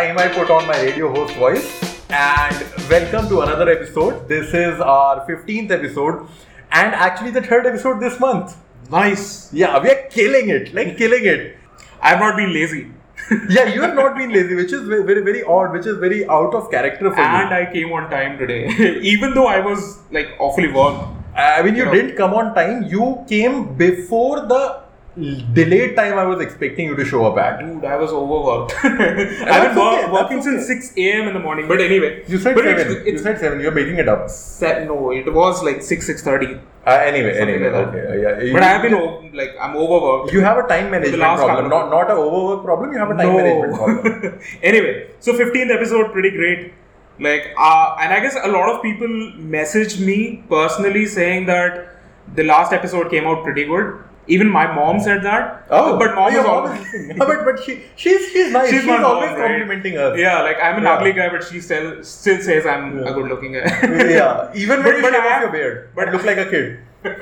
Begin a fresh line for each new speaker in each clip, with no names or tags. I am I put on my radio host voice and welcome to another episode. This is our 15th episode and actually the third episode this month.
Nice.
Yeah, we are killing it, like killing it.
I've not been lazy.
Yeah, you have not been lazy, which is ve- very, very odd, which is very out of character for
and
you.
I came on time today, even though I was like awfully warm.
I mean, you
Yeah.
didn't come on time. You came before the l- delayed time I was expecting you to show up at.
Dude, I was overworked. I've
That's
been wor-
okay,
working
that's
since 6 a.m. in the morning. But anyway,
You said
but it's-
seven. you
It's,
said seven. You're making it up.
set, no, it was like 6 six thirty.
Uh, anyway,
Something
anyway,
like that.
okay. uh, yeah.
But
You-
I have been o- like I'm overworked.
You have a time management
last
problem,
couple
not not a overwork problem. You have a time management problem.
anyway, so 15th episode, pretty great. Like, uh, and I guess a lot of people messaged me personally saying that the last episode came out pretty good. Even my mom said that. but mom
your
is
mom
always.
is- Yeah, Oh, but but she she's she's nice. She's,
my mom,
always
right?
complimenting us.
Yeah, like I'm an
Yeah.
ugly guy, but she still still says I'm a good looking guy.
yeah. Even
But-
when you
but
shave
I-
off your beard,
but-
but look like a kid.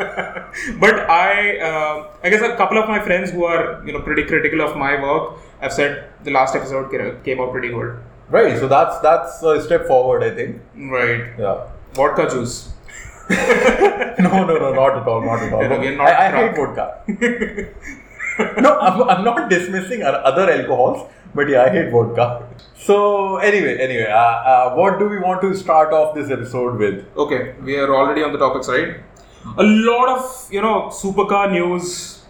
but I, uh, I guess a couple of my friends who are you know pretty critical of my work have said the last episode ca- came out pretty good.
Right. So that's that's a step forward, I think.
Right.
Yeah.
Vodka juice.
No, no, no, not at all, not at all.
Yeah, we are not
I, I hate
drunk.
vodka. no, I'm, I'm not dismissing o- other alcohols, but yeah, I hate vodka. So anyway, anyway, uh, uh, what do we want to start off this episode with?
Okay, we are already on the topics, right? A lot of you know supercar news,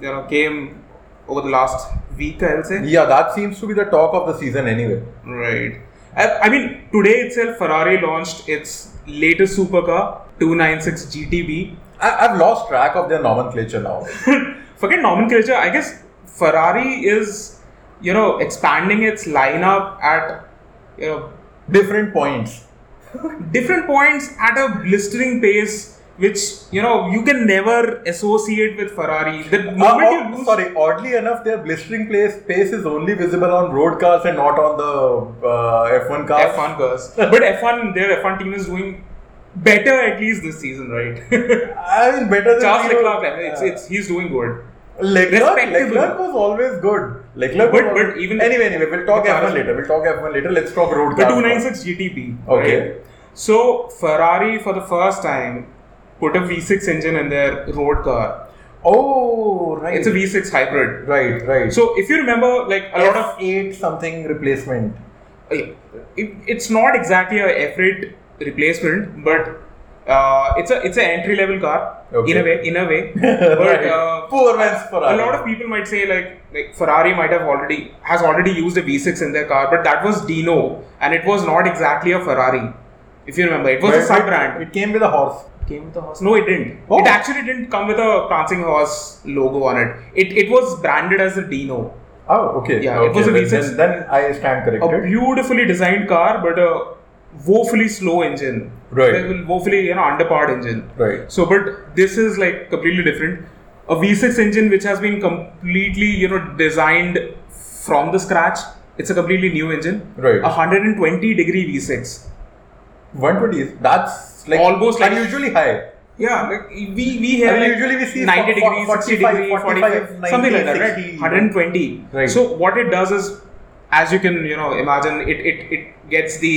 you know, came over the last week. I'll say.
Yeah, that seems to be the talk of the season anyway.
Right. I, I mean, today itself, Ferrari launched its latest supercar, 296 GTB.
I, I've lost track of their nomenclature now.
Forget nomenclature. I guess Ferrari is, you know, expanding its lineup at, you know,
Different points.
different points at a blistering pace, which you know you can never associate with Ferrari. The moment
Uh,
you
oh,
lose,
sorry, oddly enough, their blistering place, pace is only visible on road cars and not on the uh, F1 cars.
F1 cars. but F1, their F1 team is doing better at least this season, right?
I mean, better than
Charles
zero.
Leclerc, it's,
Yeah.
it's he's doing good.
Leclerc,
Respectable.
Leclerc was always good. Leclerc
But-
was
but
always-
even-
anyway, anyway, we'll talk
the cars-
F1 later. We'll talk F1 later. Let's talk road
The
cars.
296 GTB.
Okay.
right? So Ferrari for the first time put a V6 engine in their road car.
Oh, right.
It's a V6 hybrid.
right, right.
So if you remember, like a lot of
eight something replacement.
Uh, it, it's not exactly a F8 replacement, but uh, it's a it's an entry level car in a
Okay.
way in a way. but uh,
Poor man's
a
Ferrari.
lot of people might say like like Ferrari might have already has already used a V6 in their car, but that was Dino, and it was not exactly a Ferrari. If you remember, it was a
But
sub
it-
brand.
It came with a horse.
came with a horse. No, it didn't.
Oh.
It actually didn't come with a prancing horse logo on it. It it was branded as a Dino.
Oh, okay.
Yeah, it
okay.
was a
then,
V6.
Then, then I stand
A
corrected.
beautifully designed car, but a woefully slow engine.
Right.
Well, Woefully, you know, underpowered engine.
right.
So, but this is like completely different. A V6 engine which has been completely, you know, designed from the scratch. It's a completely new engine.
Right.
A 120 degree V6.
120 is that's like
Almost like-
unusually high.
Yeah, like we we hear
I mean,
like
usually we see
90
for-
degrees,
for-
60
45,
degrees, 45,
90,
something like that, right?
60.
120.
Right.
So what it does is, as you can you know imagine, it it, it gets the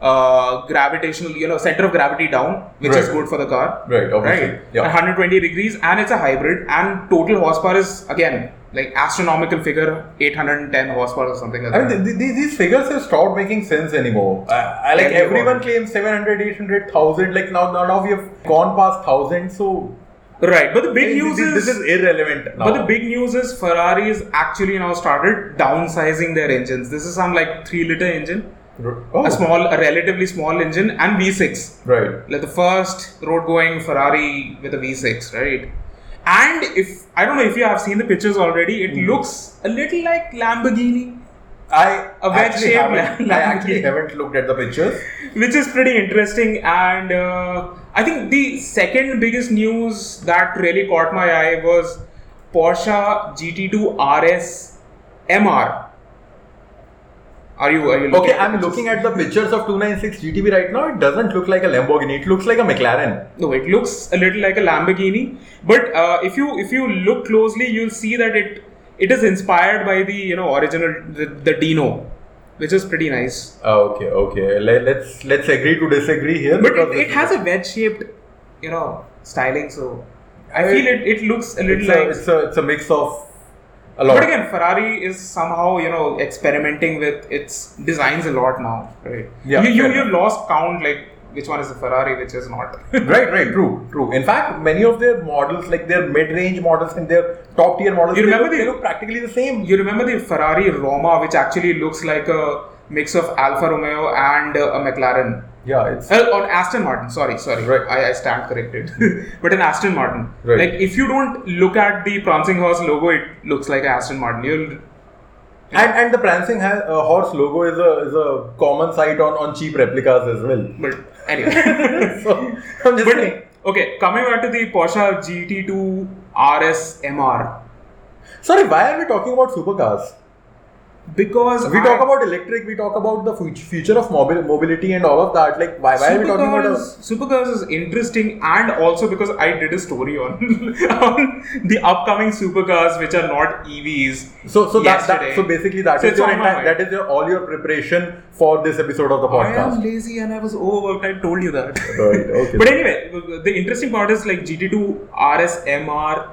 uh, gravitational you know center of gravity down, which is
Right.
good for the car.
Right, obviously.
Right.
Yeah.
And 120 degrees, and it's a hybrid, and total horsepower is again like astronomical figure, 810 horsepower or something like
I
that.
mean, th- th- these figures have stopped making sense anymore. I, I like
Tell me
everyone
about
claims 700, 800, 1000. Like now, now, now we have gone past 1000. So
right. But the big
th-
news
th-
is
this is irrelevant now.
But the big news is Ferrari is actually now started downsizing their engines. This is some like three liter engine,
oh,
a small, a relatively small engine, and V6.
right.
Like the first road going Ferrari with a V6, right? And if I don't know if you have seen the pictures already, it
Hmm.
looks a little like Lamborghini,
I
A wedge
actually
shape
haven't.
Lam-
I actually
Lamborghini.
haven't looked at the pictures.
which is pretty interesting. And uh, I think the second biggest news that really caught my eye was Porsche GT2 RS MR. Are you are you looking
Okay,
at the
I'm
pictures?
looking at the pictures of 296 GTB right now. It doesn't look like a Lamborghini. It looks like a McLaren.
No, it looks a little like a Lamborghini, but uh, if you if you look closely, you'll see that it it is inspired by the you know original the, the Dino, which is pretty nice.
Oh, okay, okay. Let, let's let's agree to disagree here.
But
because
it, it has a wedge shaped, you know, styling. So I
I-
feel it, it looks a
it's
little
a,
like.
it's a it's a mix of a lot.
but again, Ferrari is somehow you know experimenting with its designs a lot now. Right.
Yeah,
You you
fair
you lost count like which one is a Ferrari, which is not.
Right, right, true, true. In fact, many of their models, like their mid-range models and their top-tier models,
You
they
remember
look, they
the-
look practically the same.
you remember the Ferrari Roma, which actually looks like a mix of Alfa Romeo and uh, a McLaren.
yeah, it's
Uh, or Aston Martin, sorry, sorry,
Right.
I, I stand corrected. but an Aston Martin,
Right.
like if you don't look at the prancing horse logo, it looks like an Aston Martin. You'll
and and the prancing ha- uh, horse logo is a is a common sight on on cheap replicas as well.
but anyway.
So I'm just saying.
but okay, coming back to the Porsche GT2 RS MR
Sorry, why are we talking about supercars?
because
We
I-
talk about electric, we talk about the fut- future of mobi- mobility and all of that. Like, why, why are we talking about a.
Supergirls- Supergirls is interesting, and also because I did a story on, on the upcoming supercars which are not E EVs.
So, so that, that
yesterday.
so basically that is
So it's
your
on my
entire,
mind.
that is your all your preparation for this episode of the
I am
podcast.
lazy and I was overworked. I told you that.
Right. Okay.
but anyway, the interesting part is like GT2 RS MR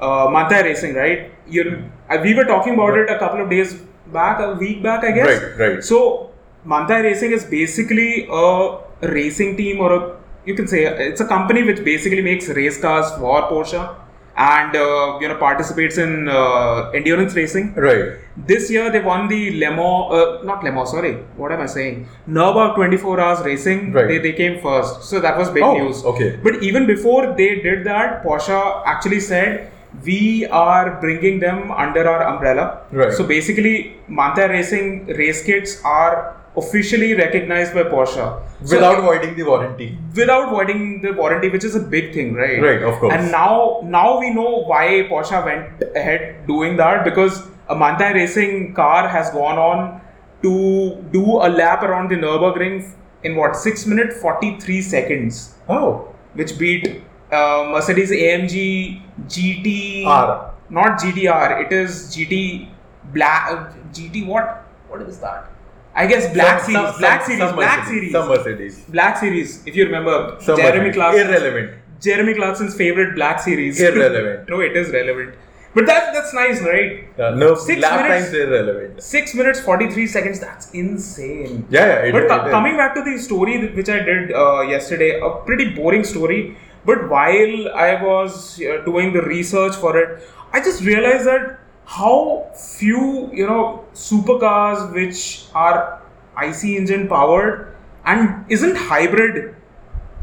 uh, Manta Racing, right? You, uh, we were talking about it a couple of days back, a week back, I guess.
Right, right.
So Manta Racing is basically a racing team, or a you can say it's a company which basically makes race cars for Porsche and uh, you know participates in uh, endurance racing.
right.
This year they won the Le Mans, uh, not Le Mans, sorry, what am I saying? Nürburgring 24 hours racing,
Right.
they, they came first. So that was big
Oh,
news.
okay.
But even before they did that, Porsche actually said, we are bringing them under our umbrella.
Right.
So basically, Manta Racing race kits are officially recognized by Porsche. So-
Without voiding the warranty.
without voiding the warranty, which is a big thing, right?
Right, of course.
And now, now we know why Porsche went ahead doing that because a Manta Racing car has gone on to do a lap around the Nurburgring in what six minute forty three seconds,
Oh.
which beat uh, Mercedes AMG GT
R.
not GTR. It is GT Black GT what? What is that? I guess Black
Some-
Series,
some-
Black
some-
Series,
some
Black
Mercedes,
Series.
Some Mercedes.
Black Series, if you remember,
Some
Jeremy
Mercedes.
Clarkson.
Irrelevant.
Jeremy Clarkson's favorite Black Series.
Irrelevant.
no, it is relevant. But that, that's nice, right?
Uh, no,
Six
lap
minutes-
times irrelevant.
6 minutes 43 seconds, that's insane.
Yeah, yeah. It,
but co-
it is.
coming back to the story th- which I did uh, yesterday, a pretty boring story. But while I was uh, doing the research for it, I just realized that how few you know supercars which are IC engine powered and isn't hybrid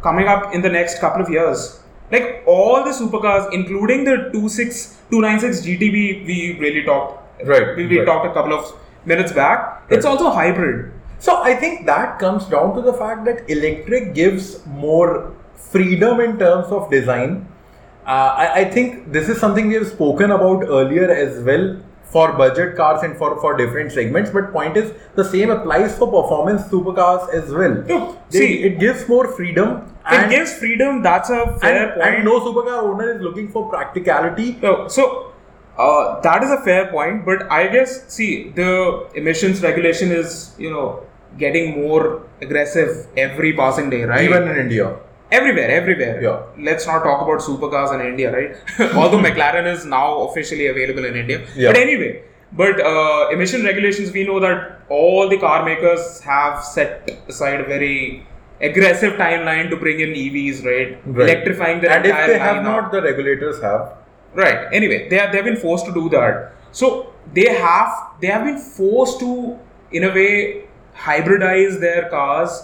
coming up in the next couple of years. Like all the supercars, including the 26, 296 GTB, we really talked.
Right,
We, we
right.
talked a couple of minutes back. It's also hybrid.
So I think that comes down to the fact that electric gives more freedom in terms of design. Uh, I, I think this is something we have spoken about earlier as well for budget cars and for, for different segments. But point is the same applies for performance supercars as well.
Look,
They-
see-
it gives more freedom.
it
And,
gives freedom. That's a fair
and,
point.
and no supercar owner is looking for practicality.
No, so uh, that is a fair point. But I guess see the emissions regulation is you know getting more aggressive every passing day, right?
Even in India.
everywhere, everywhere.
Yeah.
Let's not talk about supercars in India, right? Although McLaren is now officially available in India.
Yeah.
But anyway, but uh, emission regulations, we know that all the car makers have set aside a very aggressive timeline to bring in EVs, right?
Right.
Electrifying their
and if
entire
they have
lineup.
not, the regulators have.
Right. Anyway, they have they've been forced to do that. So they have they have been forced to in a way hybridize their cars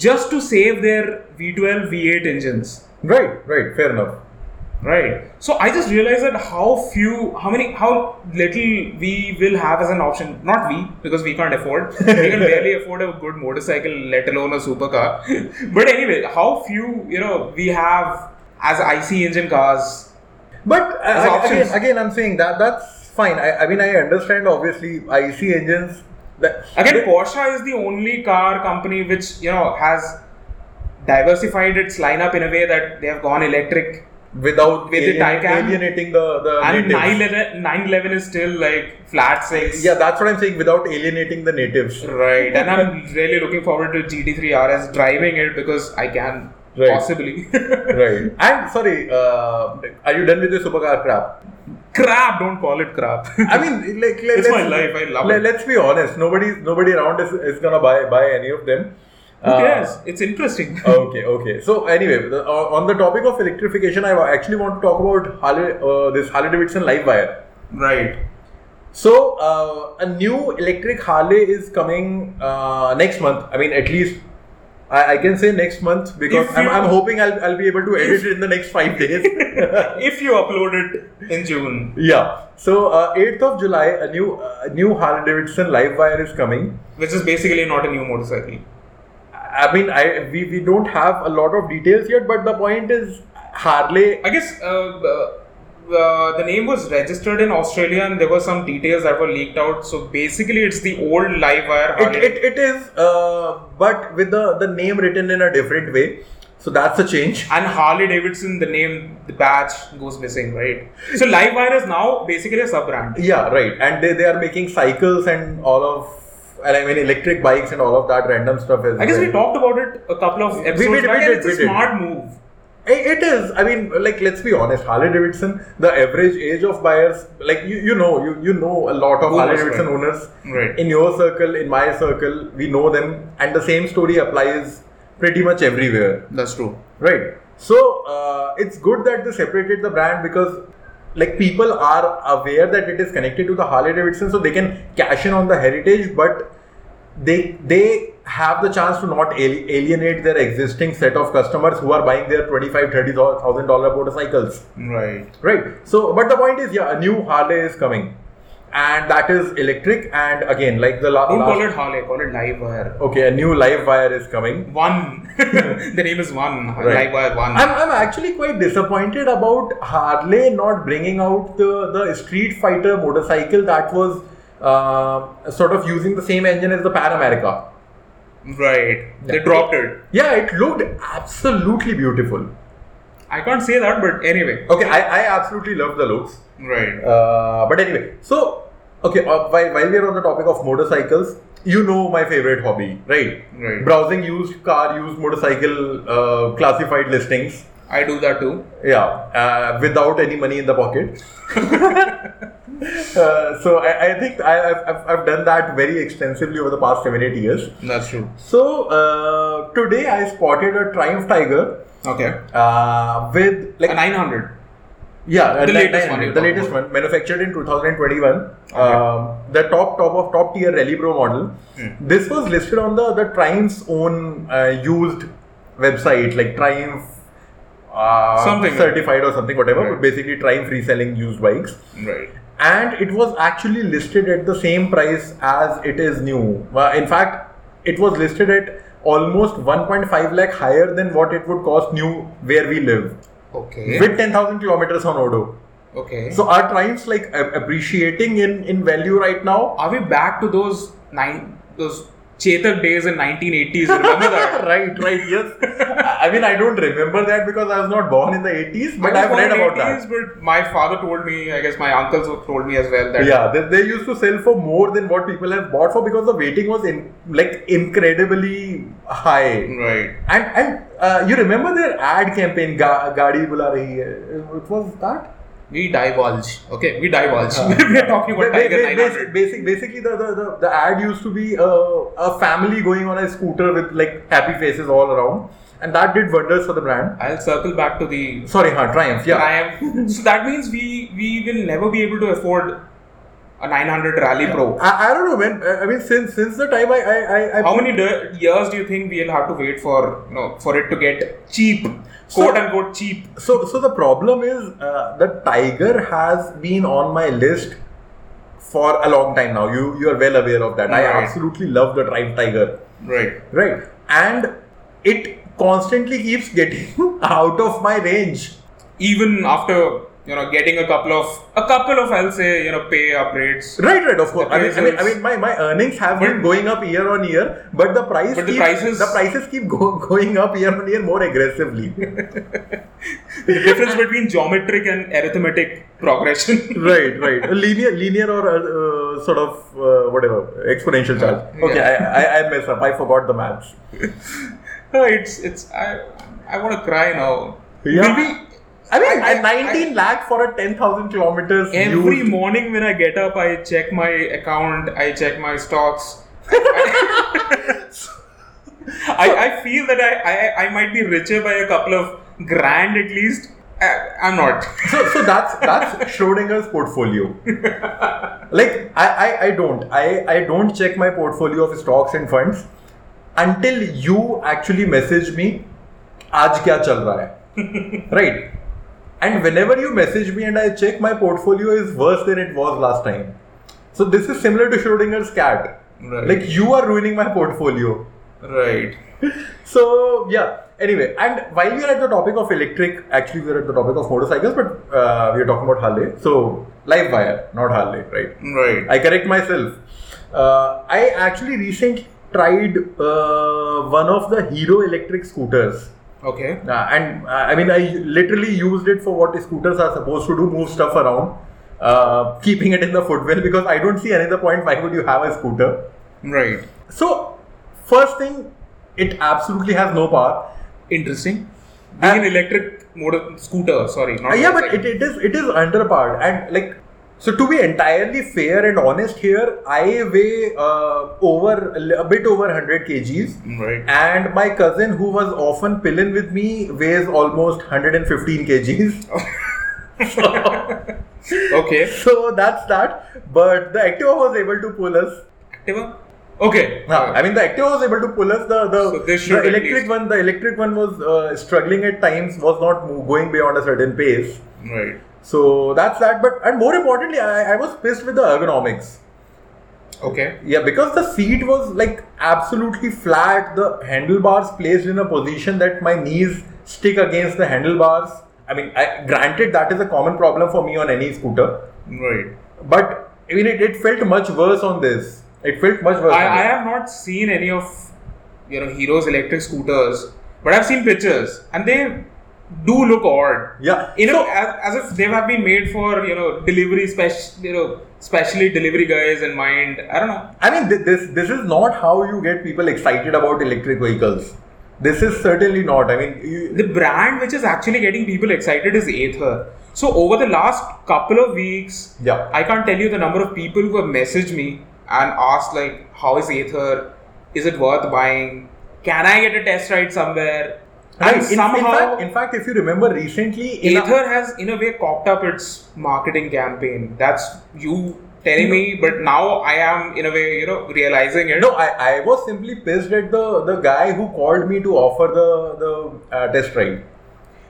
just to save their V12 V8 engines.
Right, right, fair enough.
Right. So I just realized that how few how many how little we will have as an option. Not we, because we can't afford. we can barely afford a good motorcycle, let alone a supercar. but anyway, how few, you know, we have as IC engine cars
But
As
I, I- again,
options.
again, I'm saying that that's fine. I, I mean, I understand obviously IC engines. That,
Again, Porsche is the only car company which you know has diversified its lineup in a way that they have gone electric
without
With the
alien-
Taycan?
alienating the, the
And
natives.
911 911 is still like flat six.
Yeah, that's what I'm saying. Without alienating the natives.
Right, and I'm really looking forward to GT3 RS driving it because I can
Right.
possibly.
Right. And sorry, uh, are you done with the supercar crap?
crap, don't call it crap.
I mean, like, let,
It's
let's,
my life, I love it.
Let's be honest. Nobody, nobody around is, is gonna buy buy any of them.
Who
Uh,
cares? It's interesting.
okay, okay. So anyway, the, uh, on the topic of electrification, I actually want to talk about Harley, uh, this Harley Davidson Live Wire.
right.
So uh, a new electric Harley is coming uh, next month. I mean, at least I, I can say next month because
If
I'm,
you-
I'm hoping I'll, I'll be able to edit it in the next five days.
If you upload it in June,
yeah. So uh, 8th of July, a new uh, new Harley Davidson Live Wire is coming.
which is basically not a new motorcycle.
I mean, I we, we don't have a lot of details yet, but the point is Harley.
I guess uh, uh, uh, the name was registered in Australia and there were some details that were leaked out. So basically, it's the old live wire.
It, it, it is, uh, but with the, the name written in a different way. So that's a change.
and Harley Davidson, the name, the badge goes missing, right? So live wire is now basically a sub brand.
Yeah, right. And they, they are making cycles and all of, and I mean electric bikes and all of that random stuff as
I guess we
well.
talked about it a couple of episodes
did,
back,
we
and
did,
it's
we
a
did.
smart move.
I- It is. I mean, like, let's be honest. Harley Davidson, the average age of buyers, like, you, you know, you, you know a lot of
Owners,
Harley Davidson
right.
owners
Right.
in your circle, in my circle. We know them, and the same story applies pretty much everywhere,
That's true.
right? So uh, it's good that they separated the brand because, like, people are aware that it is connected to the Harley Davidson, so they can cash in on the heritage, but they they have the chance to not al- alienate their existing set of customers who are buying their 25 30 thousand dollar motorcycles
Right.
right so but the point is yeah a new harley is coming and that is electric and again like the la-
Don't
last
call it Harley, call it live wire.
okay a new live wire is coming
One. the name is One.
Right.
Live wire One.
I'm, I'm actually quite disappointed about Harley not bringing out the, the Street Fighter motorcycle that was uh, sort of using the same engine as the Pan America.
right. They
Yeah.
dropped it.
Yeah, it looked absolutely beautiful.
I can't say that, but anyway.
Okay, I, I absolutely love the looks.
Right.
Uh, but anyway, so, okay, uh, while, while we're on the topic of motorcycles, you know my favorite hobby, right?
Right.
Browsing used car, used motorcycle uh, classified listings.
I do that too.
Yeah, uh, without any money in the pocket. uh, so I, I think I, I've, I've- I've done that very extensively over the past seven, eight years.
That's true.
So uh, today I spotted a Triumph Tiger
Okay.
uh, with like
A 900.
Yeah,
The
uh,
latest
that-
one you're
The
talking
latest
about.
one, manufactured in 2021. Um, the top, top of top tier Rally Pro model.
Hmm.
This was listed on the the Triumph's own uh, used website, like Triumph uh,
Something.
certified or something, whatever.
Right.
But basically, Triumph reselling used bikes.
Right.
And it was actually listed at the same price as it is new. Uh, in fact, it was listed at almost 1.5 lakh higher than what it would cost new where we live,
Okay.
with 10,000 kilometers on Odo.
okay.
So our clients like a- appreciating in in value right now?
Are we back to those nine those Chetak days in 1980s? Remember that?
right, right, yes. I I mean, I don't remember that because I was not born in the 80s, but
I
I've
was
read
born in
about that.
80s, But my father told me, I guess my uncles have told me as well that
Yeah, they, they used to sell for more than what people have bought for because the waiting was in like incredibly high.
right.
And and uh, you remember their ad campaign, Ga- Gaadi Bula Rahi Hai? It was that?
We divulge. Okay, we divulge.
Uh,
we are talking about
Ba- ba-
Tiger
ba- basic-
900.
basic- basically, the, the, the, the ad used to be a, a family going on a scooter with like happy faces all around, and that did wonders for the brand.
I'll circle back to the
Sorry, huh, Triumph, yeah.
Triumph. so that means we we will never be able to afford a 900 Rally Pro.
I, I don't know when. I I mean, since since the time I I, I, I
How many de- years do you think we'll have to wait for you know, for it to get cheap,
So-
quote unquote cheap?
so so the problem is uh, the Tiger has been on my list for a long time now. You you are well aware of that. I
Right.
absolutely love the Triumph Tiger.
Right.
Right. And it constantly keeps getting out of my range.
Even after you know getting a couple of a couple of I'll say you know pay upgrades.
Right, right, of course.
The
I mean, I mean, I
prices-
mean, my, my earnings have been
But-
going up year on year, but the price
But the
keep,
prices-
the prices keep go, going up year on year more aggressively.
The difference between geometric and arithmetic progression.
right, right. A linear, linear or uh, uh, sort of uh, whatever exponential chart.
Yeah.
Okay, I, I I mess up. I forgot the maths.
Oh, it's it's I I want to cry now. Will we-
I mean,
I- I-
at 19 lakh for a 10,000 kilometers.
Every
used-
morning when I get up, I check my account, I check my stocks. I, I feel that I, I, I might be richer by a couple of grand at least. I, I'm not.
so, so that's that's Schrodinger's portfolio. Like I, I, I don't I, I don't check my portfolio of stocks and funds until you actually message me. आज क्या चल रहा है right and whenever you message me and I check my portfolio is worse than it was last time so this is similar to Schrodinger's cat
Right.
like you are ruining my portfolio
Right.
so yeah. Anyway, and while we are at the topic of electric, actually we are at the topic of motorcycles, but uh, we are talking about Harley. So live wire, not Harley, right?
Right.
I correct myself. Uh, I actually recently tried uh, one of the Hero electric scooters.
Okay.
Uh, and uh, I mean, I literally used it for what scooters are supposed to do move stuff around, uh, keeping it in the footwell because I don't see another point why would you have a scooter.
Right.
So, first thing, it absolutely has no power.
Interesting. Being an electric motor scooter, sorry. Not
Uh, yeah, but
motorcycle.
it, it is it is underpowered and like so to be entirely fair and honest here, I weigh uh, over a li- a bit over 100 kgs,
Right.
and my cousin who was often pillin with me weighs almost 115 kgs.
Okay.
so that's that. But the Activa was able to pull us.
Activa? Okay.
Huh, I mean, the Activa was able to pull us. The the,
So they should
the
at
electric
least-
one, the electric one was uh, struggling at times, was not mo- going beyond a certain pace.
Right.
So that's that. But and more importantly, I, I was pissed with the ergonomics.
Okay.
Yeah, because the seat was like absolutely flat. The handlebars placed in a position that my knees stick against the handlebars. I mean, I, granted that is a common problem for me on any scooter,
Right.
but I mean it, it felt much worse on this. It felt much worse.
I, I
on this.
have not seen any of you know heroes electric scooters, but I've seen pictures and they do look odd.
yeah.
You know, as, as if they have been made for you know delivery special you know specially delivery guys in mind. I don't know.
I mean, th- this this is not how you get people excited about electric vehicles. This is certainly not. I mean, you,
The brand which is actually getting people excited is Aether. So over the last couple of weeks,
Yeah.
I can't tell you the number of people who have messaged me and asked like, how is Aether? Is it worth buying? Can I get a test ride somewhere?
I mean,
And
in- in,
somehow,
fact, in fact, if you remember recently, in a-
Aether has, in a way, cocked up its marketing campaign. That's you telling me, but now I am, in a way, you know, realizing it.
no, I, I was simply pissed at the, the guy who called me to offer the the uh, test ride.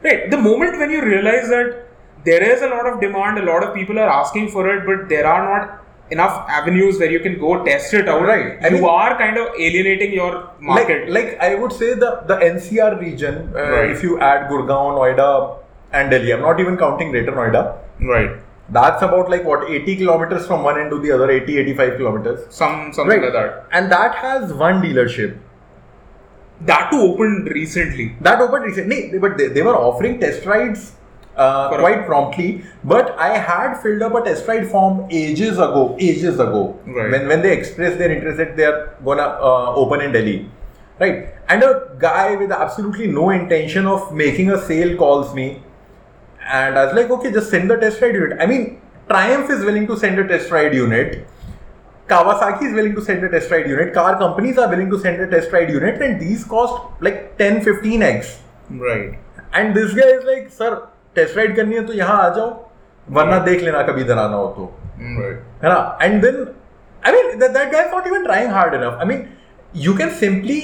Right. The moment when you realize that there is a lot of demand, a lot of people are asking for it, but there are not enough avenues where you can go test it out.
Right. I
you
mean-
are kind of alienating your market.
Like, like I would say the the NCR region, uh,
Right.
if you add Gurgaon, Noida, and Delhi, I'm not even counting Greater Noida.
right.
That's about like what 80 kilometers from one end to the other, 80 85 kilometers.
Some something like that.
And that has one dealership.
That too opened recently.
That opened recently, they- but they, they were offering test rides uh,
For-
quite promptly. But I had filled up a test ride form ages ago, ages ago,
Right.
when when they expressed their interest that they are gonna uh, open in Delhi, right? And a guy with absolutely no intention of making a sale calls me, and I was like, okay, just send the test ride unit. I mean, Triumph is willing to send a test ride unit. Kawasaki is willing to send a test ride unit. Car companies are willing to send a test ride unit, and these cost like 10 15x.
Right.
And this guy is like sir test ride करनी है तो यहाँ आ जाओ वरना देख लेना कभी इधर आना हो तो
Right.
है ना and then I mean that guy not even trying hard enough I mean you can simply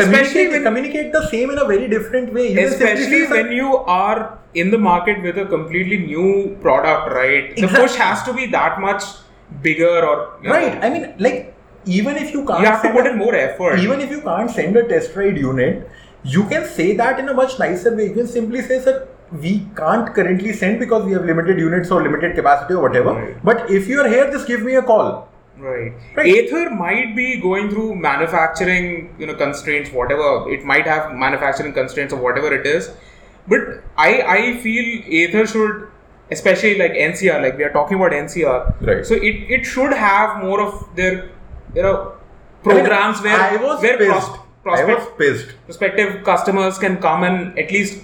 Especially
communicate
when-
communicate the same in a very different way you can simply
Especially
say, "Sir,
when you are in the market with a completely new product, right? The
Exactly.
push has to be that much bigger or you know,
right i mean like even if you can't
you have to
send
put
a-
in more effort.
even if you can't send a test ride unit you can say that in a much nicer way you can simply say sir we can't currently send because we have limited units or limited capacity or whatever.
Right.
But if you're here, just give me a call.
Right.
Right.
Aether might be going through manufacturing, you know, constraints, whatever. It might have manufacturing constraints or whatever it is. But I, I feel Aether should, especially like NCR, like we are talking about NCR.
Right.
So it, it should have more of their, you know,
I mean,
programs
I
where,
was
where
pissed.
pros-
I
prospect,
was pissed.
prospective customers can come and at least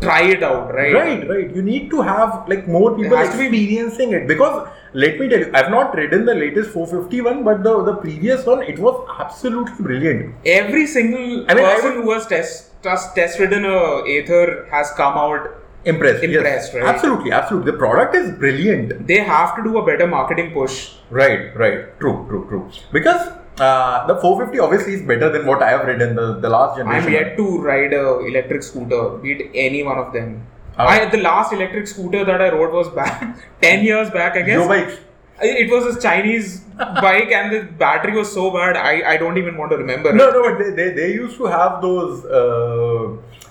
try it out, right?
Right, right. You need to have like more people
has to be-
experiencing it because let me tell you, I've not ridden the latest 451, but the the previous one it was absolutely brilliant.
Every single
I mean, I
person
would-
who has test, test, test ridden a Aether has come out
Impressed. yes.
Impressed, right.
Absolutely, absolutely. The product is brilliant.
they have to do a better marketing push.
Right, right. True, true, true. Because uh, the 450 obviously is better than what I have ridden the the last generation.
I'm yet to ride a electric scooter, be it any one of them.
Oh.
I the last electric scooter that I rode was back ten years back, I guess.
Yo bikes.
I- It was a Chinese bike, and the battery was so bad. I, I don't even want to remember.
No, no, but they, they, they used to have those uh,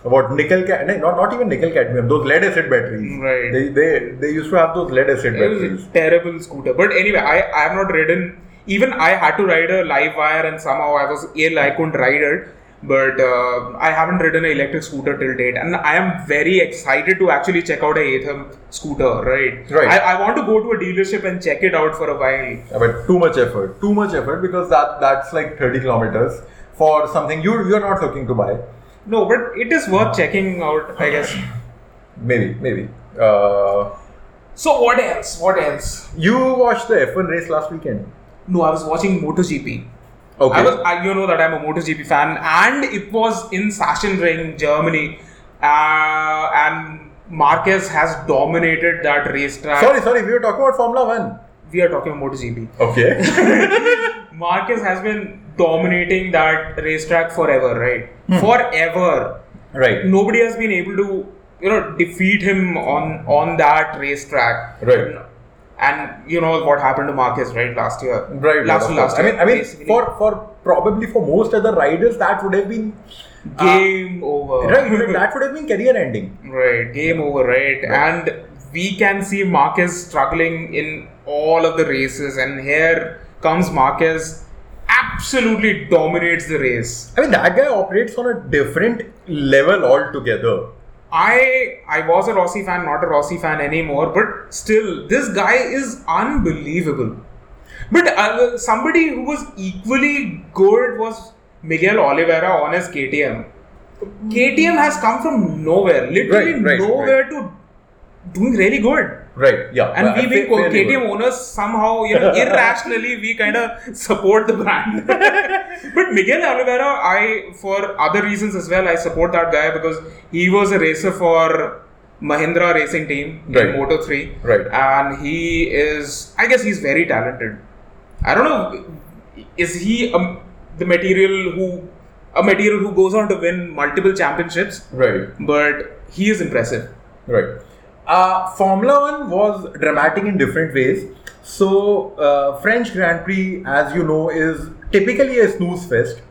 what nickel ca- no, not not even nickel cadmium those lead acid batteries.
Right.
They, they they used to have those lead acid
It was
batteries.
a terrible scooter. But anyway, I, I have not ridden. Even I had to ride a live wire, and somehow I was ill. I couldn't ride it. But uh, I haven't ridden an electric scooter till date, and I am very excited to actually check out a Atham scooter. Right.
Right.
I, I want to go to a dealership and check it out for a while.
Uh, But too much effort, too much effort because that that's like 30 kilometers for something you you're not looking to buy.
No, but it is worth checking out, I guess.
Maybe maybe. Uh,
So what else? What else?
you watched the F1 race last weekend.
No, I was watching MotoGP.
Okay.
I was, I, you know that I'm a MotoGP fan, and it was in Sachsenring, Germany, uh, and Marquez has dominated that racetrack.
sorry sorry we were talking about Formula One.
We are talking MotoGP.
Okay.
Marquez has been dominating that racetrack forever, right?
Hmm.
Forever.
right.
Nobody has been able to, you know, defeat him on on that racetrack.
Right.
And you know what happened to Marquez, right, last year?
Right.
Last
of course.
last
I
year.
mean I mean
basically.
for for probably for most other riders that would have been
game over.
uh, Right, but that would have been career ending.
Right, game over, right? And we can see Marquez struggling in all of the races, and here comes Marquez, absolutely dominates the race.
I mean, that guy operates on a different level altogether.
I I was a Rossi fan, not a Rossi fan anymore, but still, this guy is unbelievable. But uh, somebody who was equally good was Miguel Oliveira on his KTM. KTM has come from nowhere, literally
Right, right,
nowhere to doing really good.
Right, yeah. Uh,
And we
Fair-
being co-
fairly
KTM
good.
owners somehow, you know, irrationally, we kind of support the brand. but Miguel Oliveira, I for other reasons as well, I support that guy because he was a racer for Mahindra Racing Team
Right.
in Moto 3,
Right.
And he is, I guess, he's very talented. I don't know, is he um, the material who a material who goes on to win multiple championships?
Right,
But he is impressive.
right. Uh, Formula One was dramatic in different ways. So, uh, French Grand Prix, as you know, is typically a snooze fest.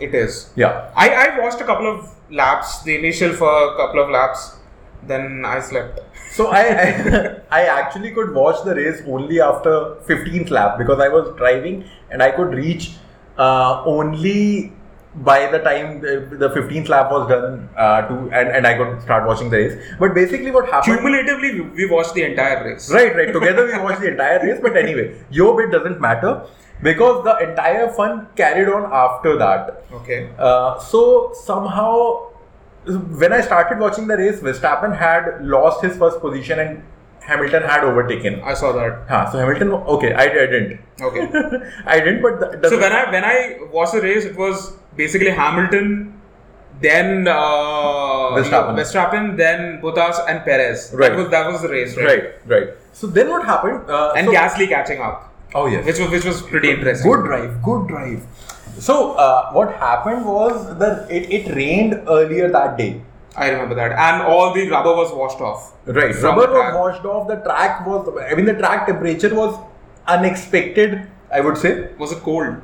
It is.
Yeah.
I, I watched a couple of laps, the initial for a couple of laps, then I slept.
So, I, I, I actually could watch the race only after 15th lap because I was driving and I could reach uh, only by the time the, the 15th lap was done uh, to and, and I could start watching the race. But basically, what happened
Cumulatively, we, we watched the entire race.
Right, right. Together we watched the entire race, but anyway, your bit doesn't matter because the entire fun carried on after that.
Okay.
Uh, so somehow, when I started watching the race, Verstappen had lost his first position and Hamilton had overtaken.
I saw that.
Huh, so Hamilton, okay, I, I didn't.
Okay.
I didn't, but the, the-
so when I when I watched the race, it was basically Hamilton, then uh,
Verstappen.
Verstappen, then Bottas and Perez.
Right.
That was that was the race, right?
right, right. So then what happened? Uh,
And
so-
Gasly catching up,
Oh yes.
which was which was pretty interesting.
Good drive, good drive. So uh, what happened was that it, it rained earlier that day.
I remember that, and all the rubber was washed off.
Right.
from
Rubber
the
was
track.
washed off. The track was. I mean, the track temperature was unexpected. I would say
Was it cold?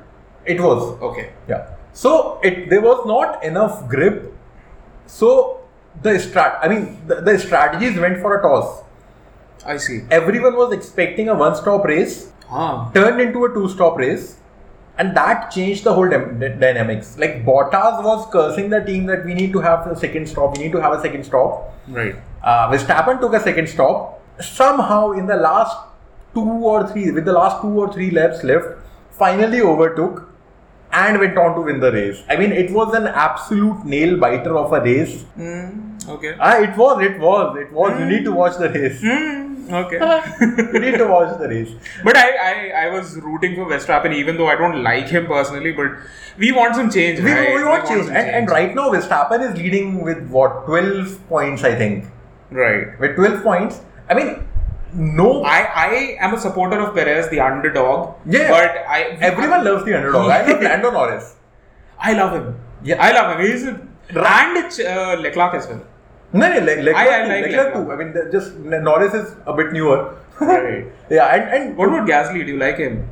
it was.
Okay.
Yeah. So it there was not enough grip. So the strat. I mean, the, the strategies went for a toss.
I see.
Everyone was expecting a one-stop race,
Ah.
turned into a two-stop race, and that changed the whole dam- d- dynamics. Like Bottas was cursing the team that we need to have a second stop. We need to have a second stop.
Right.
Uh, Verstappen took a second stop. Somehow, in the last two or three, with the last two or three laps left, finally overtook and went on to win the race. I mean, it was an absolute nail biter of a race.
Mm, okay.
Ah, it was, it was, it was. You
Hmm.
need to watch the race.
Mm, okay.
you need to watch the race.
But I, I, I was rooting for Verstappen even though I don't like him personally. But we want some change,
We,
right?
we want change.
some
And, and right now, Verstappen is leading with what, 12 points, I think.
right.
With 12 points, I mean, no.
I, I am a supporter of Perez, the underdog.
Yeah.
But I
Everyone loves the underdog. I love Lando Norris.
I love him.
Yeah.
I love him. He's a, and uh, Leclerc as well.
No, no, like Leclerc,
I- I like
Leclerc
Leclerc.
too. I mean, they're just Norris is a bit newer.
Right.
yeah, and and
What about Gasly? Do you like him?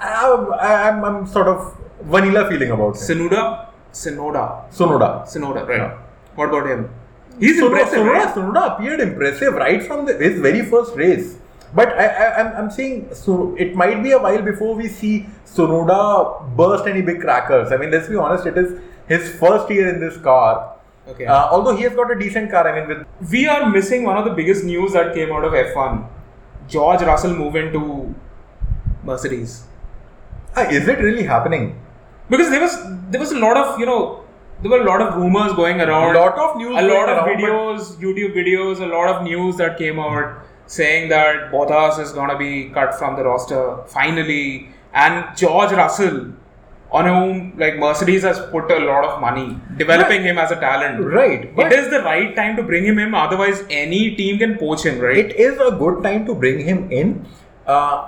I'm, I'm I'm sort of vanilla feeling about him.
Sonoda? Sonoda.
Sonoda.
Sonoda, right.
Yeah.
What about him? He's
Sonoda,
impressive.
Sonoda,
right?
Sonoda appeared impressive right from the, his very first race. But I, I, I'm, I'm saying so it might be a while before we see Sonoda burst any big crackers. I mean, let's be honest, it is his first year in this car.
Okay.
Uh, although he has got a decent car, I mean, with
we are missing one of the biggest news that came out of F1. George Russell moving to Mercedes
Ah, is it really happening?
because there was there was a lot of you know there were a lot of rumors going around,
Lot of news
a lot
going
of
around,
videos, YouTube videos, a lot of news that came out saying that Bottas is gonna be cut from the roster finally, and George Russell. On whom like Mercedes has put a lot of money developing him as a talent.
Right,
It
but-
is the right time to bring him in. Otherwise, any team can poach him. Right.
it is a good time to bring him in. Uh,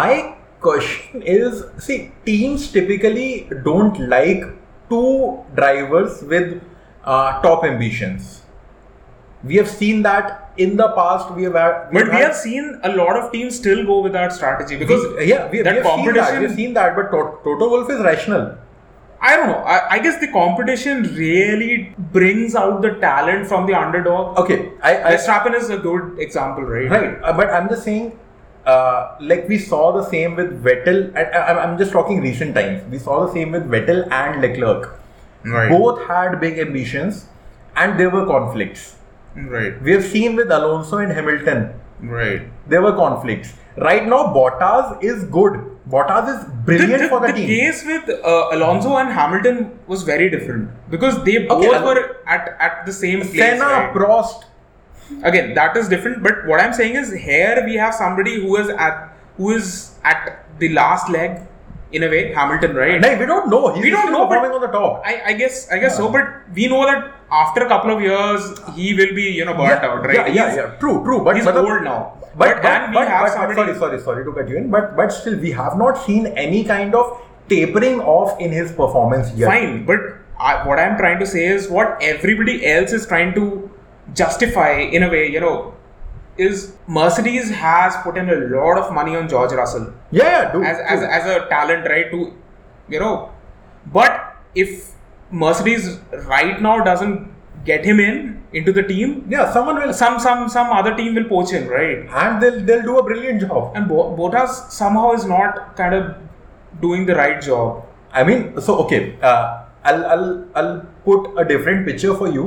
my question is see, teams typically don't like two drivers with uh, top ambitions. We have seen that in the past. We have had.
But we
had-
have seen a lot of teams still go with that strategy because
we- yeah, we,
that
we have seen
competition.
that. We have seen that. But Tot- Toto Wolf is rational.
I don't know. I, I guess the competition really brings out the talent from the underdog.
Okay, I, I
Verstappen is a good example, right?
Uh, Right, uh, but I'm just saying, uh, like we saw the same with Vettel, and I, I'm- I'm just talking recent times. We saw the same with Vettel and Leclerc.
Right.
Both had big ambitions, and there were conflicts.
Right.
We have seen with Alonso and Hamilton,
Right.
there were conflicts. Right now, Bottas is good. Bottas is
The,
brilliant
the-
for the,
the
team.
case with uh, Alonso and Hamilton was very different because they both
Okay, Al-
were at, at the same place.
Senna,
right?
Prost,
Again, that is different. But what I'm saying is, here we have somebody who is at who is at the last leg, in a way, Hamilton, right?
no, we don't know. He's
We don't
still
know, but-
performing on the top.
I, I guess I guess so, but we know that after a couple of years he will be you know burnt
yeah,
out, right?
Yeah, yeah,
He's-
yeah. True, true. But
he's
but the-
old now.
But
But-
but,
and we
but-
have
but- but
somebody-
sorry, sorry, sorry to cut you in. But but still, we have not seen any kind of tapering off in his performance yet.
Fine, but I, what I'm trying to say is what everybody else is trying to justify in a way, you know, is Mercedes has put in a lot of money on George Russell
Yeah, yeah. Do,
as
do.
as, as a talent, right? To you know, but if Mercedes right now doesn't get him in into the team,
yeah, someone will,
some some some other team will poach him, right?
and they'll they'll do a brilliant job.
And Bo- Botas somehow is not kind of doing the right job.
I mean, so okay. Uh, I'll I'll I'll put a different picture for you.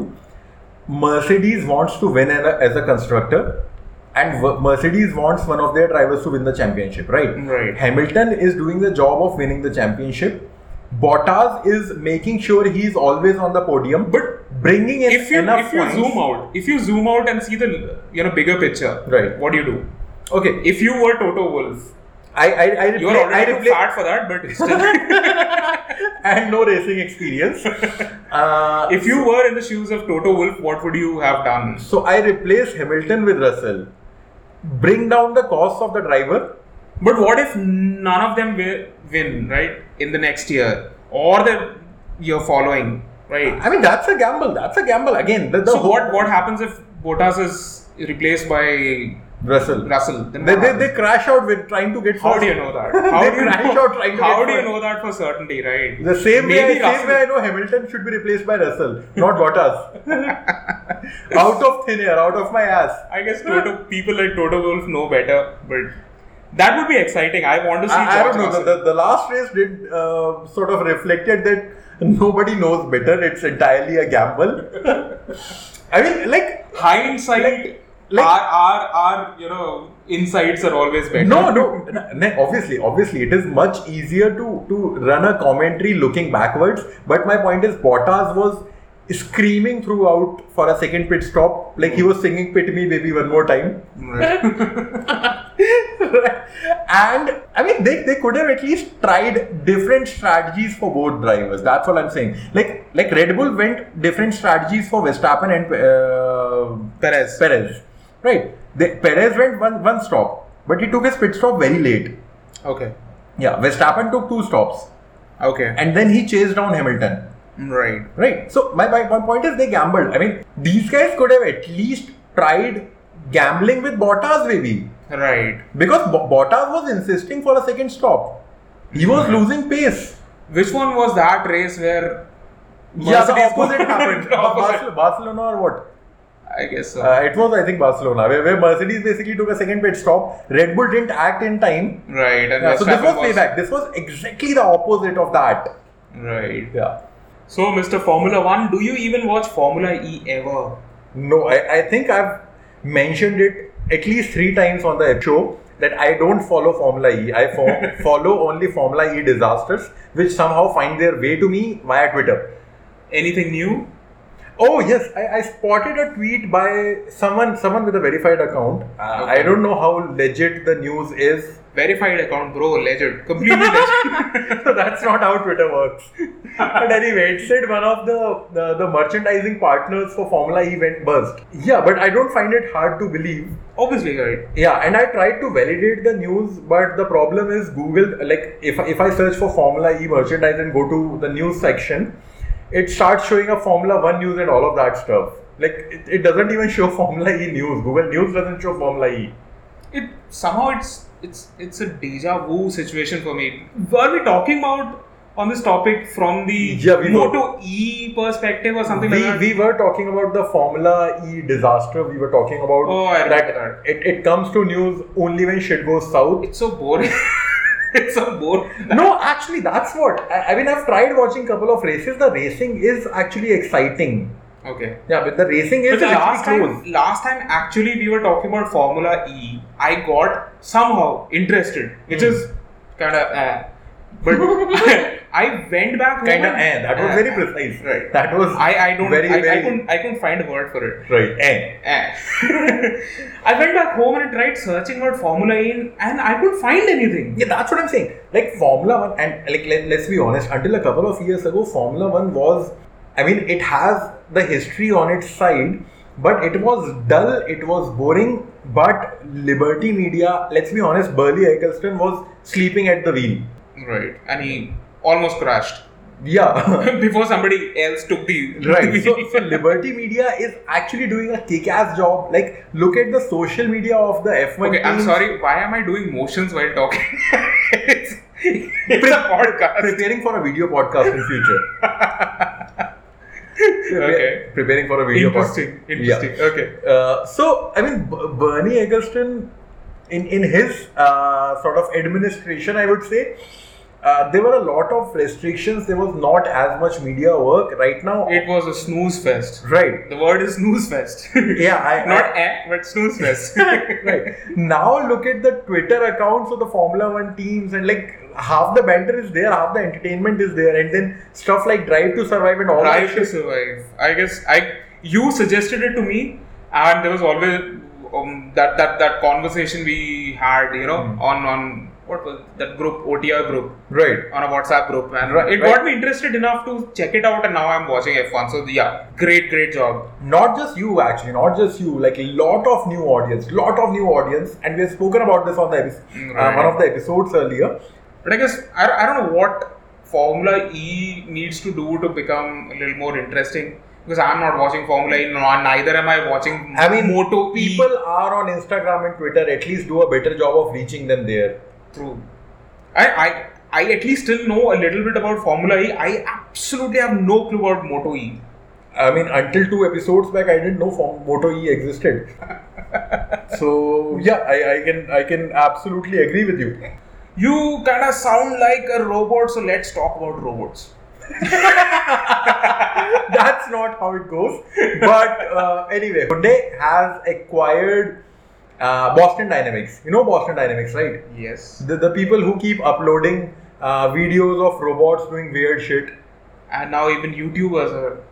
Mercedes wants to win an, as a constructor. And w- Mercedes wants one of their drivers to win the championship, right?
Right.
Hamilton is doing the job of winning the championship. Bottas is making sure he's always on the podium,
But
bringing in
If you
enough
if you
points.
zoom out, if you zoom out and see the you know bigger picture,
Right.
What do you do?
Okay,
If you were Toto Wolf,
I I, I
you are
replay, I
already too
replay
fat for that, but still,
and no racing experience. uh,
if you were in the shoes of Toto Wolf, what would you have done?
so I replace Hamilton with Russell, bring down the cost of the driver.
But what if none of them wi- win right in the next year or the year following, right?
I mean that's a gamble. That's a gamble again. The, the
So
whole-
what what happens if Botas is replaced by
Russell.
Russell. Then
They,
what
they,
happens?
they crash out with trying to get
how
first.
do you know that? How
They
do you
crash
know?
out trying to
how
get
do you
first.
know that for certainty, right?
The same way,
Maybe
same way I
Russell-
know Hamilton should be replaced by Russell, not Bottas. out of thin air, out of my ass.
I guess Toto, people like Toto Wolf know better, but that would be exciting. I want to see.
I, I
George
don't know.
Russell.
The, the, the last race did uh, sort of reflected that nobody knows better. It's entirely a gamble. I mean, like
hindsight
Like- like-
our, our our you know insights are always better
no, no, n- n- obviously, obviously, it is much easier to to run a commentary looking backwards. But my point is, Bottas was screaming throughout for a second pit stop, like he was singing "Pit Me, Baby" one more time. and I mean, they, they could have at least tried different strategies for both drivers. That's all I'm saying. Like like Red Bull went different strategies for Verstappen and uh,
Perez.
Perez, right? They, Perez went one one stop, but he took his pit stop very late.
okay
Yeah, Verstappen took two stops,
okay
and then he chased down Hamilton.
right
Right. So my, my, my point is they gambled. I mean, these guys could have at least tried gambling with Bottas, maybe.
right
Because Bo- Bottas was insisting for a second stop. He was
Mm-hmm.
losing pace.
which one was that race where
yeah, the
Mercedes-
opposite happened.
The
Barcelona,
opposite.
Barcelona or what?
i guess so
Uh, it was, I think, Barcelona, where, where Mercedes basically took a second pit stop. Red Bull didn't act in time.
right and
Yeah, so this
Verstappen
was playback. This was exactly the opposite of that.
right
Yeah.
so mr formula 1 do you even watch formula e ever
No, I, I think I've mentioned it at least three times on the show that I don't follow Formula E. I fo- follow only Formula E disasters, which somehow find their way to me via Twitter.
anything new
Oh yes, I, I spotted a tweet by someone someone with a verified account. Uh, I
Okay.
don't know how legit the news is.
verified account bro legend completely legend
So that's not how Twitter works. but anyway, it said one of the, the the merchandising partners for Formula E went bust. Yeah, but I don't find it hard to believe
obviously right
Yeah, and I tried to validate the news, but the problem is Google. Like, if if I search for Formula E merchandise and go to the news section, it starts showing up Formula One news and all of that stuff. Like, it, it doesn't even show Formula E news. Google News doesn't show Formula E.
it somehow it's it's it's a deja vu situation for me. Were we talking about on this topic from the
Yeah, we were.
Moto E perspective or something
we
like that?
we were talking about the Formula E disaster. We were talking about
Oh, I remember that.
It it comes to news only when shit goes south.
It's so boring. it's so boring.
No, actually, that's what I, I mean. I've tried watching couple of races. The racing is actually exciting.
Okay.
Yeah, but the racing is
But the
actually
last
close.
time, last time actually we were talking about Formula E. I got somehow interested, which
Hmm.
is kind of. Eh. But I went back home
Kind of,
and-
eh, that was
eh,
very
eh.
precise.
Right.
That was
I I don't
very
I,
very
I couldn't I couldn't find a word for it.
right. Eh.
Eh. I went back home and I tried searching about Formula E and- and I couldn't find anything.
Yeah, that's what I'm saying. Like Formula One, and like let, let's be honest, until a couple of years ago, Formula One was, I mean, it has the history on its side, but it was dull, it was boring. But Liberty Media, let's be honest, Burley Eccleston was sleeping at the wheel.
Right. And he almost crashed
Yeah.
before somebody else took the
Right. So, so Liberty Media is actually doing a kick-ass job. Like, look at the social media of the F1.
okay, I'm
team.
sorry. Why am I doing motions while talking? it's, it's a podcast.
Preparing for a video podcast in future. Prepare-
Okay.
Preparing for a video
Interesting.
podcast.
Interesting. Okay.
Yeah. Uh, so I mean, B- Bernie Eccleston, in in his uh, sort of administration, I would say. Uh, there were a lot of restrictions. There was not as much media work right now.
It was a snooze fest.
right.
The word is snooze fest.
Yeah. I,
Not eh, but snooze fest.
right. Now look at the Twitter accounts of the Formula One teams and like half the banter is there, half the entertainment is there, and then stuff like Drive to Survive and all
Drive
that
to
shit.
Survive. I guess I you suggested it to me, and there was always um, that that that conversation we had, you know,
Mm.
on on what was that group OTR group
Right.
on a WhatsApp group, and
Right,
it
right.
got me interested enough to check it out, and now I'm watching F1. So yeah, great great job.
Not just you actually, not just you. Like a lot of new audience, lot of new audience, and we have spoken about this on the episode,
Right.
uh, one of the episodes earlier.
But I guess I, I don't know what Formula E needs to do to become a little more interesting. because I'm not watching Formula E, nor- neither am I watching
I mean,
Moto E.
people are on Instagram and Twitter. At least do a better job of reaching them there.
True. I, I, I at least still know a little bit about Formula E. I absolutely have no clue about Moto E.
I mean, until two episodes back, I didn't know Form- Moto E existed. so yeah, I, I can I can absolutely agree with you.
You kind of sound like a robot, so let's talk about robots.
That's not how it goes. But uh, anyway, Hyundai has acquired uh, Boston Dynamics. You know Boston Dynamics, right?
Yes.
The, the people who keep uploading uh, videos of robots doing weird shit.
And now even YouTubers are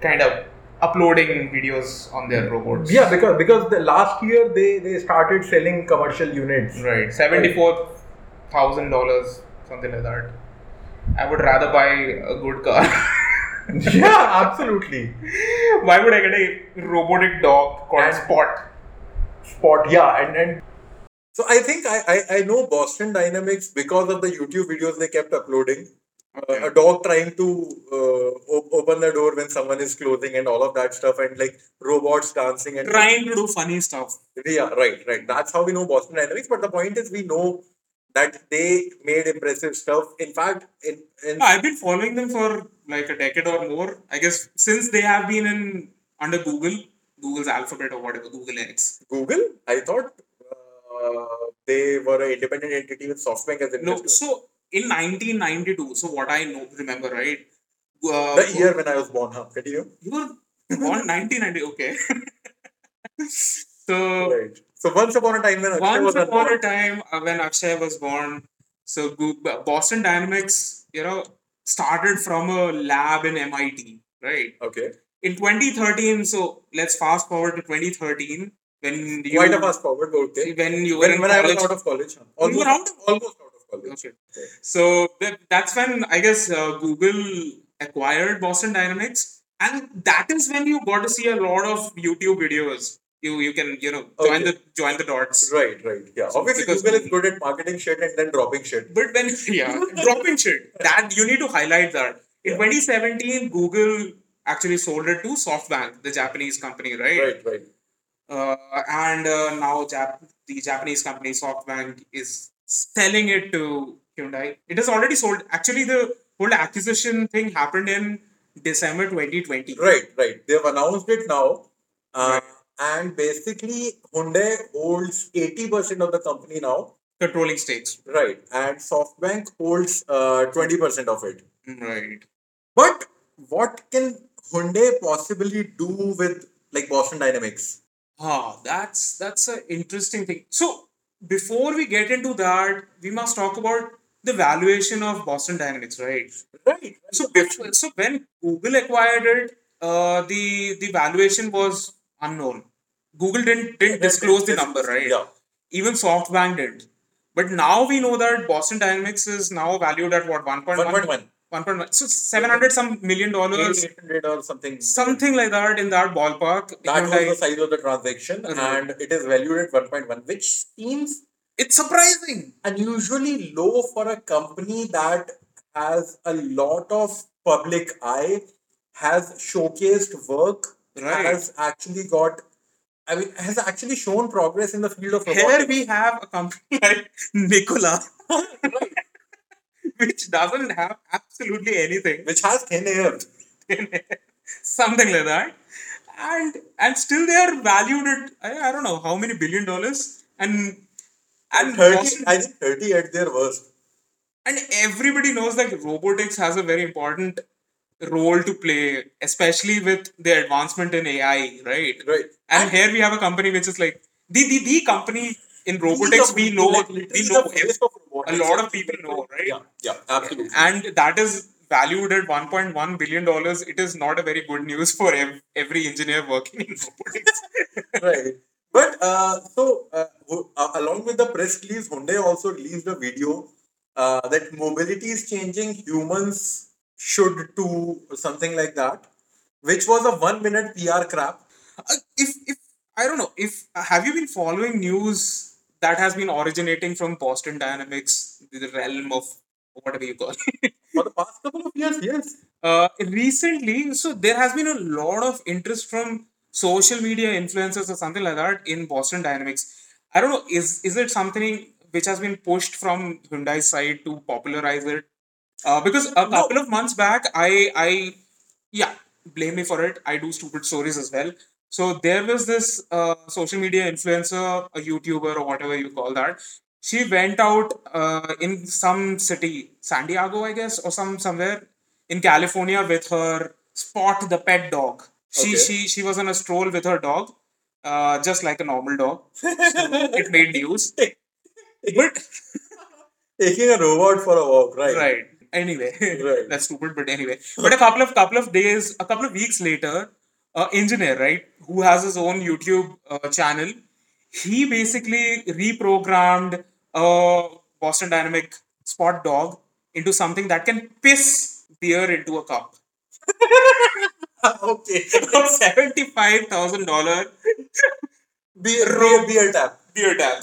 kind of uploading videos on their robots.
Yeah, because because the last year they they started selling commercial units.
Right. Seventy-four thousand dollars, something like that. I would rather buy a good car.
yeah, absolutely.
Why would I get a robotic dog called
And-
Spot?
Spot. Yeah, and and. So I think I, I, I know Boston Dynamics because of the YouTube videos they kept uploading. Uh, a dog trying to uh, op- open the door when someone is closing and all of that stuff and like robots dancing and
Trying to do funny stuff.
Yeah, right, right. That's how we know Boston Dynamics. But the point is, we know that they made impressive stuff. In fact, in, in
I've been following them for like a decade or more. I guess since they have been in under Google, Google's Alphabet or whatever, Google X.
Google, I thought uh, they were an independent entity with SoftBank as
No,
investor.
so in 1992, so what I know, remember, right? Uh,
the year when I was born, huh? Continue.
You were born 1990, okay. so,
Right. So once upon a time when Akshay
once
was
upon a
unborn,
time uh, when Akshay was born, so Google, Boston Dynamics, you know, started from a lab in MIT, right?
okay,
in 2013 so let's fast forward to 2013 when you
quite a fast forward, but okay.
when you were
When,
in
when I was
college-
out of college, huh?
You
almost
were out of-
almost out of college.
Oh, shit. so that, that's when i guess uh, google acquired boston dynamics and that is when you got to see a lot of youtube videos you you can you know join
Okay.
the join the dots
Right, right, yeah.
So
Obviously,
because-
Google is good at marketing shit and then dropping shit.
But when yeah, dropping shit. That you need to highlight that. In
Yeah.
2017, Google actually sold it to SoftBank, the Japanese company, right?
Right, right.
Uh, and uh, now Jap- the Japanese company SoftBank is selling it to Hyundai. It has already sold. Actually, the whole acquisition thing happened in December 2020.
Right, right. They've announced it now. Uh,
Right.
and basically, Hyundai holds 80% of the company now.
Controlling stakes.
Right. And SoftBank holds uh, 20% of it.
Right.
But what can Hyundai possibly do with like Boston Dynamics?
Ah, that's that's an interesting thing. So before we get into that, we must talk about the valuation of Boston Dynamics, right?
Right.
So before, so when Google acquired it, uh, the the valuation was unknown. Google didn't didn't disclose the number, right?
Yeah.
Even SoftBank didn't. But now we know that Boston Dynamics is now valued at what 1.1
1.1.
1.1 so 700 some million dollars
800 or something.
something like that in that ballpark
That was
Hyundai-
the size of the transaction
Right.
and it is valued at 1.1, which seems
it's surprising
unusually low for a company that has a lot of public eye, has showcased work,
Right.
has actually got, I mean, has actually shown progress in the field of
Here
robotics.
we have a company like Nicola, which doesn't have absolutely anything,
which has thin air.
something like that, and and still they are valued at I, I don't know how many billion dollars, and and
30,
Boston-
I think 30 at their worst.
and everybody knows that robotics has a very important role to play, especially with the advancement in AI, right?
Right.
And here we have a company which is like the the, the company in robotics
These are
we know
like
we
literally
know
the face of robotics.
a lot of people know, right?
Yeah, yeah, absolutely.
and that is valued at 1.1 billion dollars it is not a very good news for ev- every engineer working in robotics
right. But uh, so uh, who- uh, along with the press release, Hyundai also released a video uh, that mobility is changing, humans should too, or something like that, which was a one-minute PR crap.
Uh, if if i don't know if uh, have you been following news that has been originating from boston dynamics the realm of whatever you call it
For the past couple of years, yes.
Uh, recently, so there has been a lot of interest from social media influencers or something like that in Boston Dynamics. I don't know, is is it something which has been pushed from Hyundai's side to popularize it? Uh, because a couple of months back, I I yeah, blame me for it. I do stupid stories as well. So there was this uh, social media influencer, a YouTuber or whatever you call that. She went out uh, in some city, San Diego, I guess, or some somewhere in California with her Spot the pet dog. She
Okay.
she she was on a stroll with her dog, uh, just like a normal dog. it made news, but
Taking a robot for a walk, right?
right anyway
Right.
that's stupid but anyway but a couple of couple of days a couple of weeks later uh, engineer right who has his own youtube uh, channel he basically reprogrammed a boston dynamic spot dog into something that can piss beer into a cup
okay.
$75000
Beer,
Rob-
beer tap.
beer tap